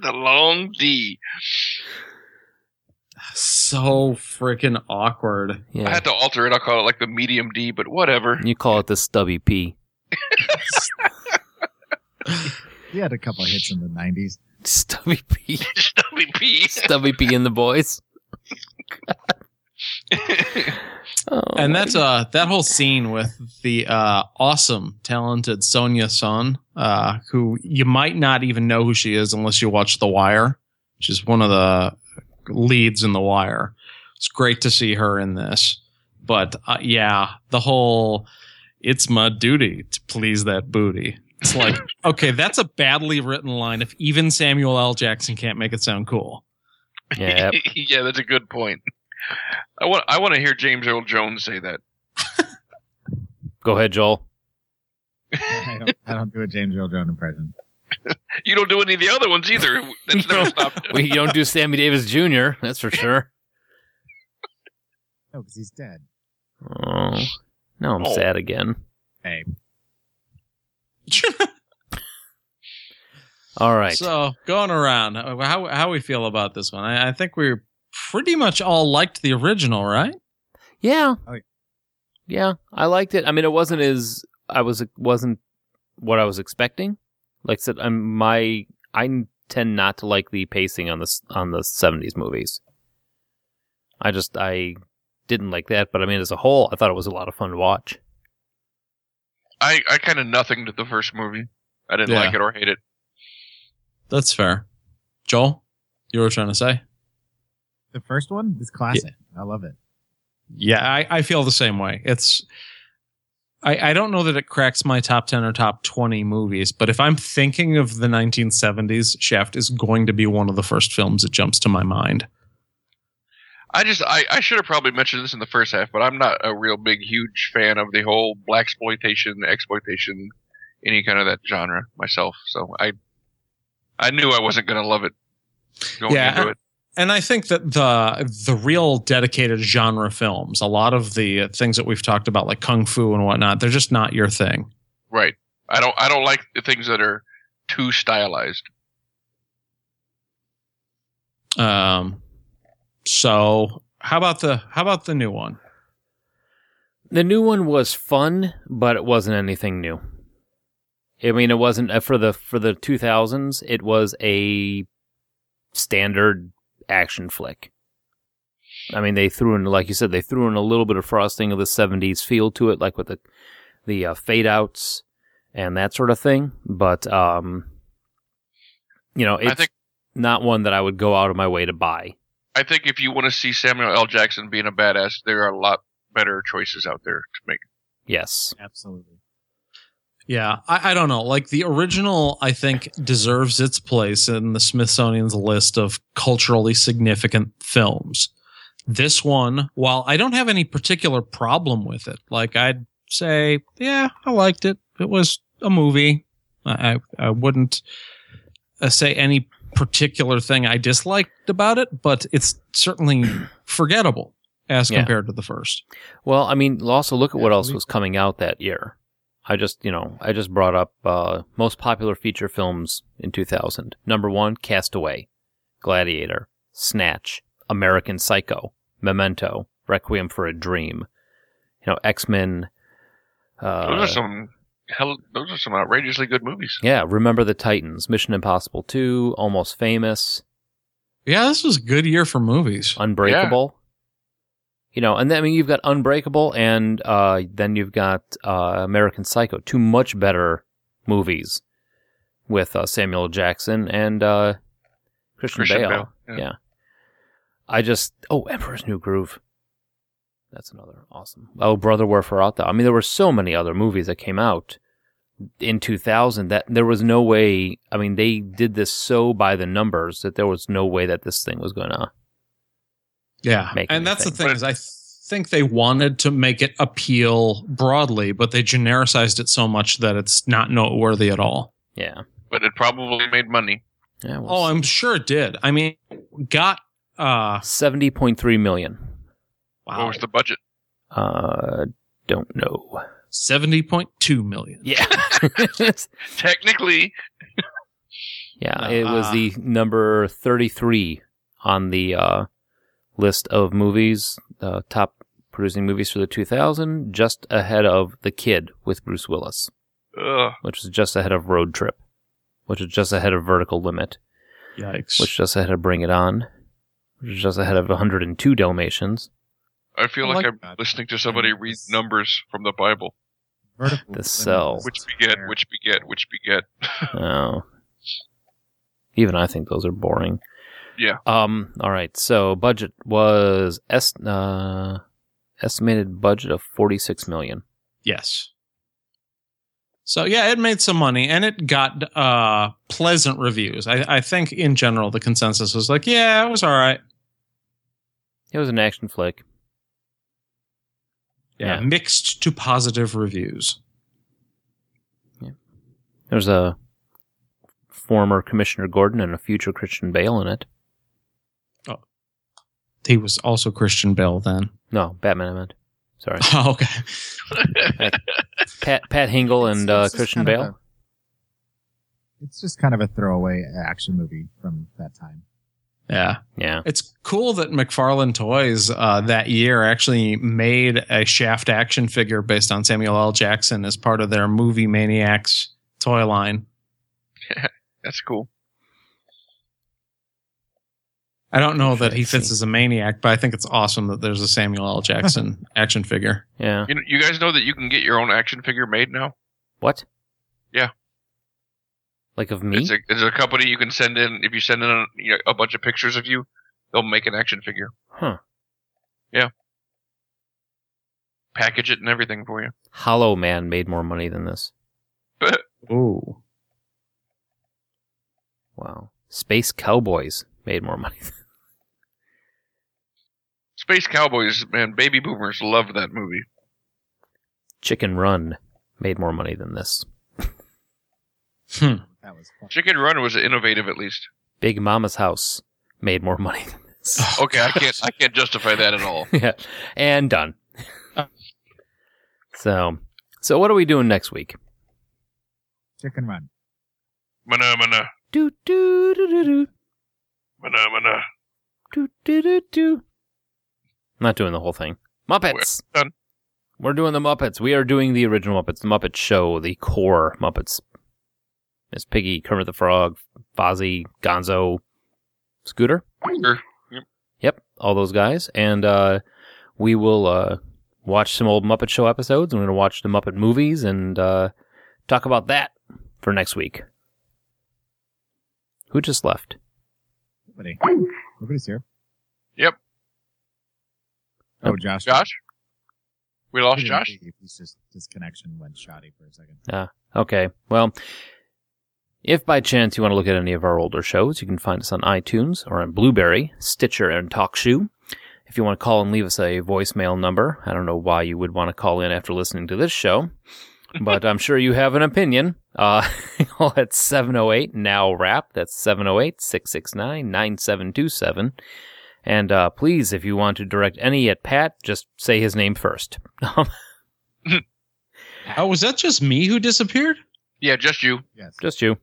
S5: The long D.
S4: So freaking awkward.
S5: I
S3: Yeah,
S5: had to alter it. I'll call it like the medium D, but whatever.
S3: you call it the stubby P.
S6: He had a couple of hits in the 90s.
S3: Stubby P.
S5: Stubby P.
S3: Stubby P and the boys. Oh,
S4: And that's uh that whole scene with the uh awesome talented Sonia Son, uh who you might not even know who she is unless you watch The Wire. She's one of the leads in The Wire. It's great to see her in this. But uh, yeah, the whole it's my duty to please that booty. It's like, okay, that's a badly written line if even Samuel L. Jackson can't make it sound cool.
S3: yeah.
S5: yeah, that's a good point. I want I want to hear James Earl Jones say that.
S3: Go ahead, Joel.
S6: I don't, I don't do a James Earl Jones impression.
S5: You don't do any of the other ones either. That's never stopped.
S3: We don't do Sammy Davis Jr. That's for sure.
S6: No, because he's dead.
S3: Oh, now I'm
S5: Oh.
S3: sad again.
S6: Hey,
S3: All right.
S4: So going around, uh, how how we feel about this one? I, I think we pretty much all liked the original, right?
S3: yeah.
S6: Oh, yeah.
S3: Yeah, I liked it. I mean, it wasn't as I was wasn't what I was expecting. Like I said, I'm my I tend not to like the pacing on this on the 70s movies. I just I didn't like that, but I mean, as a whole, I thought it was a lot of fun to watch.
S5: I, I kind of nothinged the first movie. I didn't
S4: Yeah.
S5: like it or hate it.
S4: That's fair. Joel, you were trying to say?
S6: the first one is classic. I love it.
S4: Yeah, I, I feel the same way. It's I, I don't know that it cracks my top ten or top twenty movies, but if I'm thinking of the 1970s, Shaft is going to be one of the first films that jumps to my mind.
S5: I just I, I should have probably mentioned this in the first half, but I'm not a real big huge fan of the whole black exploitation, exploitation, any kind of that genre myself. So I I knew I wasn't gonna love it going
S4: Yeah,
S5: into it.
S4: and I think that the the real dedicated genre films, a lot of the things that we've talked about, like kung fu and whatnot, they're just not your thing.
S5: Right. I don't I don't like the things that are too stylized.
S4: Um, so how about the how about the new one?
S3: The new one was fun, but it wasn't anything new. I mean, it wasn't uh, for the for the 2000s. It was a standard action flick. I mean, they threw in, like you said, they threw in a little bit of frosting of the 70s feel to it, like with the the uh, fade outs and that sort of thing. But um, you know,
S5: I
S3: it's
S5: think-
S3: not one that I would go out of my way to buy.
S5: I think if you want to see Samuel L. Jackson being a badass, there are a lot better choices out there to make.
S3: Yes.
S6: Absolutely.
S4: Yeah, I, I don't know. Like the original, I think deserves its place in the Smithsonian's list of culturally significant films. This one, while I don't have any particular problem with it, like I'd say, yeah, I liked it. It was a movie. I I, I wouldn't uh, say any particular thing I disliked about it, but it's certainly forgettable as
S3: Yeah.
S4: compared to the first.
S3: Well, I mean, also look at what else
S6: Absolutely.
S3: was coming out that year. I just, you know, I just brought up uh, most popular feature films in 2000. Number one, Castaway, Gladiator, Snatch, American Psycho, Memento, Requiem for a Dream, you know, X Men.
S5: Those
S3: Uh,
S5: are some hell those are some outrageously good movies.
S3: yeah, Remember the Titans, Mission Impossible 2, Almost Famous,
S4: Yeah, this was a good year for movies.
S3: Unbreakable. You know, and then, I mean, you've got Unbreakable, and uh, then you've got uh, American Psycho. Two much better movies with uh, Samuel L. Jackson and uh, Christian,
S5: Christian
S3: Bale.
S5: Bale, yeah.
S3: Yeah. I just oh, Emperor's New Groove. That's another awesome. Oh, Brother, Wherefore Art Thou? I mean, there were so many other movies that came out in 2000 that there was no way. I mean, they did this so by the numbers that there was no way that this thing was gonna.
S4: Yeah,
S3: make
S4: and that's the
S3: anything.
S4: thing is I th- think they wanted to make it appeal broadly, but they genericized it so much that it's not noteworthy at all.
S3: Yeah.
S5: But it probably made money.
S3: Yeah.
S4: Oh, I'm sure it did. I mean, got uh
S3: Seventy point three million.
S5: What
S4: wow,
S5: was the budget?
S3: Uh, don't know.
S4: seventy point two million.
S3: Yeah,
S5: Technically
S3: yeah. It was the number thirty-three on the uh, list of movies, uh, top producing movies for the 2000, just ahead of The Kid with Bruce Willis,
S5: ugh,
S3: which is just ahead of Road Trip, which is just ahead of Vertical Limit,
S4: Yikes!
S3: which is just ahead of Bring It On, which is just ahead of 102 Dalmatians.
S5: I
S3: Oh
S5: feel like,
S4: I like
S5: I'm
S6: that.
S5: listening to somebody read numbers from the Bible.
S6: Vertical.
S3: The cell.
S5: Which beget, which beget, which beget.
S3: Oh. Even I think those are boring.
S5: Yeah.
S3: Um. All right. So budget was es- uh, estimated budget of forty six million.
S4: yes. So yeah, it made some money and it got uh pleasant reviews. I, I think in general the consensus was like, yeah, it was all right.
S3: It was an action flick. Yeah.
S4: mixed to positive reviews.
S3: There's a former Commissioner Gordon and a future Christian Bale in it.
S4: He was also Christian Bell then.
S3: No, Batman, I meant. Sorry.
S4: Oh, okay.
S3: Pat, Pat Hingle and
S6: It's-
S3: uh,
S6: it's just
S3: Christian
S6: kind of
S3: Bale.
S6: a- it's just kind of a throwaway action movie from that time.
S4: Yeah.
S3: Yeah.
S4: It's cool that McFarlane Toys uh, that year actually made a Shaft action figure based on Samuel L. Jackson as part of their Movie Maniacs toy line.
S5: That's cool.
S4: I don't know that he fits as a maniac, but I think it's awesome that there's a Samuel L. Jackson action figure.
S3: Yeah.
S5: You, know, you guys know that you can get your own action figure made now.
S3: What?
S5: Yeah.
S3: Like of me?
S5: It's a, it's a company you can send in if you send in a, you know, a bunch of pictures of you, they'll make an action figure.
S3: Huh.
S5: Yeah. Package it and everything for you.
S3: Hollow Man made more money than this.
S4: Ooh.
S3: Wow. Space Cowboys made more money. than-
S5: Space Cowboys, man, baby boomers love that movie.
S3: Chicken Run made more money than this.
S4: Hmm.
S6: That was fun.
S5: Chicken Run was innovative at least.
S3: Big Mama's House made more money than this.
S5: Okay, I can't I can't justify that at all.
S3: yeah. And done. so, so what are we doing next week?
S6: Chicken Run.
S5: Mana mana
S3: Do do do do do.
S5: mana mana.
S3: Do, do, do, do. Not doing the whole thing. Muppets.
S5: We're done.
S3: We're doing the Muppets. We are doing the original Muppets, the Muppet Show, the core Muppets. Miss Piggy, Kermit the Frog, Fozzie, Gonzo, Scooter.
S5: Sure.
S3: Yep, all those guys. And uh, we will uh, watch some old Muppet Show episodes. We're going to watch the Muppet movies and uh, talk about that for next week. Who just left?
S6: Nobody. Nobody's here.
S5: Yep.
S6: Oh, Josh.
S5: Josh? We
S6: He
S5: lost
S6: didn't
S5: Josh?
S6: leave. He's just his connection went shoddy for a second.
S3: Okay. Well, if by chance you want to look at any of our older shows, you can find us on iTunes or on Blueberry, Stitcher, and TalkShoe. If you want to call and leave us a voicemail number, I don't know why you would want to call in after listening to this show, but I'm sure you have an opinion. Uh, call at 708 now rap. That's 708 669 9727. And uh, please, if you want to direct any at Pat, just say his name first.
S4: Oh, was that just me who disappeared?
S5: Yeah, just you.
S6: Yes.
S3: just you.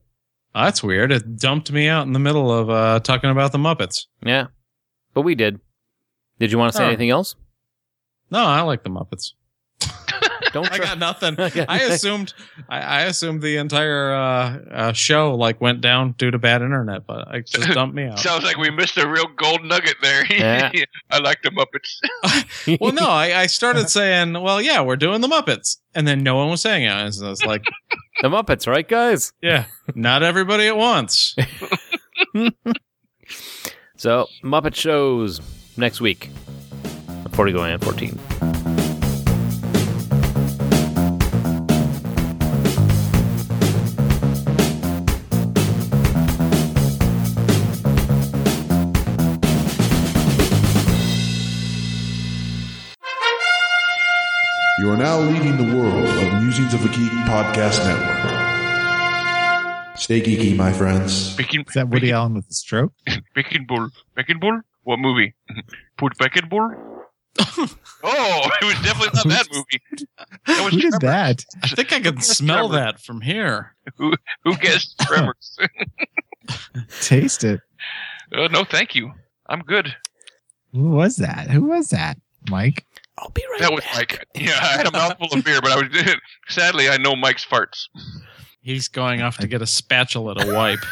S4: Oh, that's weird. It dumped me out in the middle of uh, talking about the Muppets.
S3: Yeah. But we did. Did you want to say
S4: Huh.
S3: anything else?
S4: No, I like the Muppets.
S3: Don't
S4: I
S3: try.
S4: got nothing.
S3: I got
S4: I
S3: nothing.
S4: assumed I, I assumed the entire uh, uh, show like went down due to bad internet, but it just dumped me out.
S5: Sounds like we missed a real gold nugget there.
S3: Yeah.
S5: I like the Muppets.
S4: well, no, I, I started saying, well, yeah, we're doing the Muppets, and then no one was saying it. And so it's like,
S3: the Muppets, right, guys?
S4: yeah, not everybody at once.
S3: So, Muppet shows next week. 40 going and 14.
S10: You are now leaving the world of Musings of a Geek Podcast Network. Stay geeky, my friends.
S5: Speaking
S6: Is that Woody Allen with the stroke?
S5: Beckin Bull. Beckin Bull? What movie? Put Beckin Bull? oh, it was definitely not that movie. That was
S6: Who did
S5: Tremors.
S6: that?
S4: I think I can smell that from here.
S5: Who guessed Tremors?
S6: Taste it.
S5: Uh, no, thank you. I'm good.
S6: Who was that? Who was that? Mike.
S3: I'll be right
S5: That was Mike. Yeah, I had a mouthful of beer, but I was sadly I know Mike's farts.
S4: He's going off to get a spatula to wipe.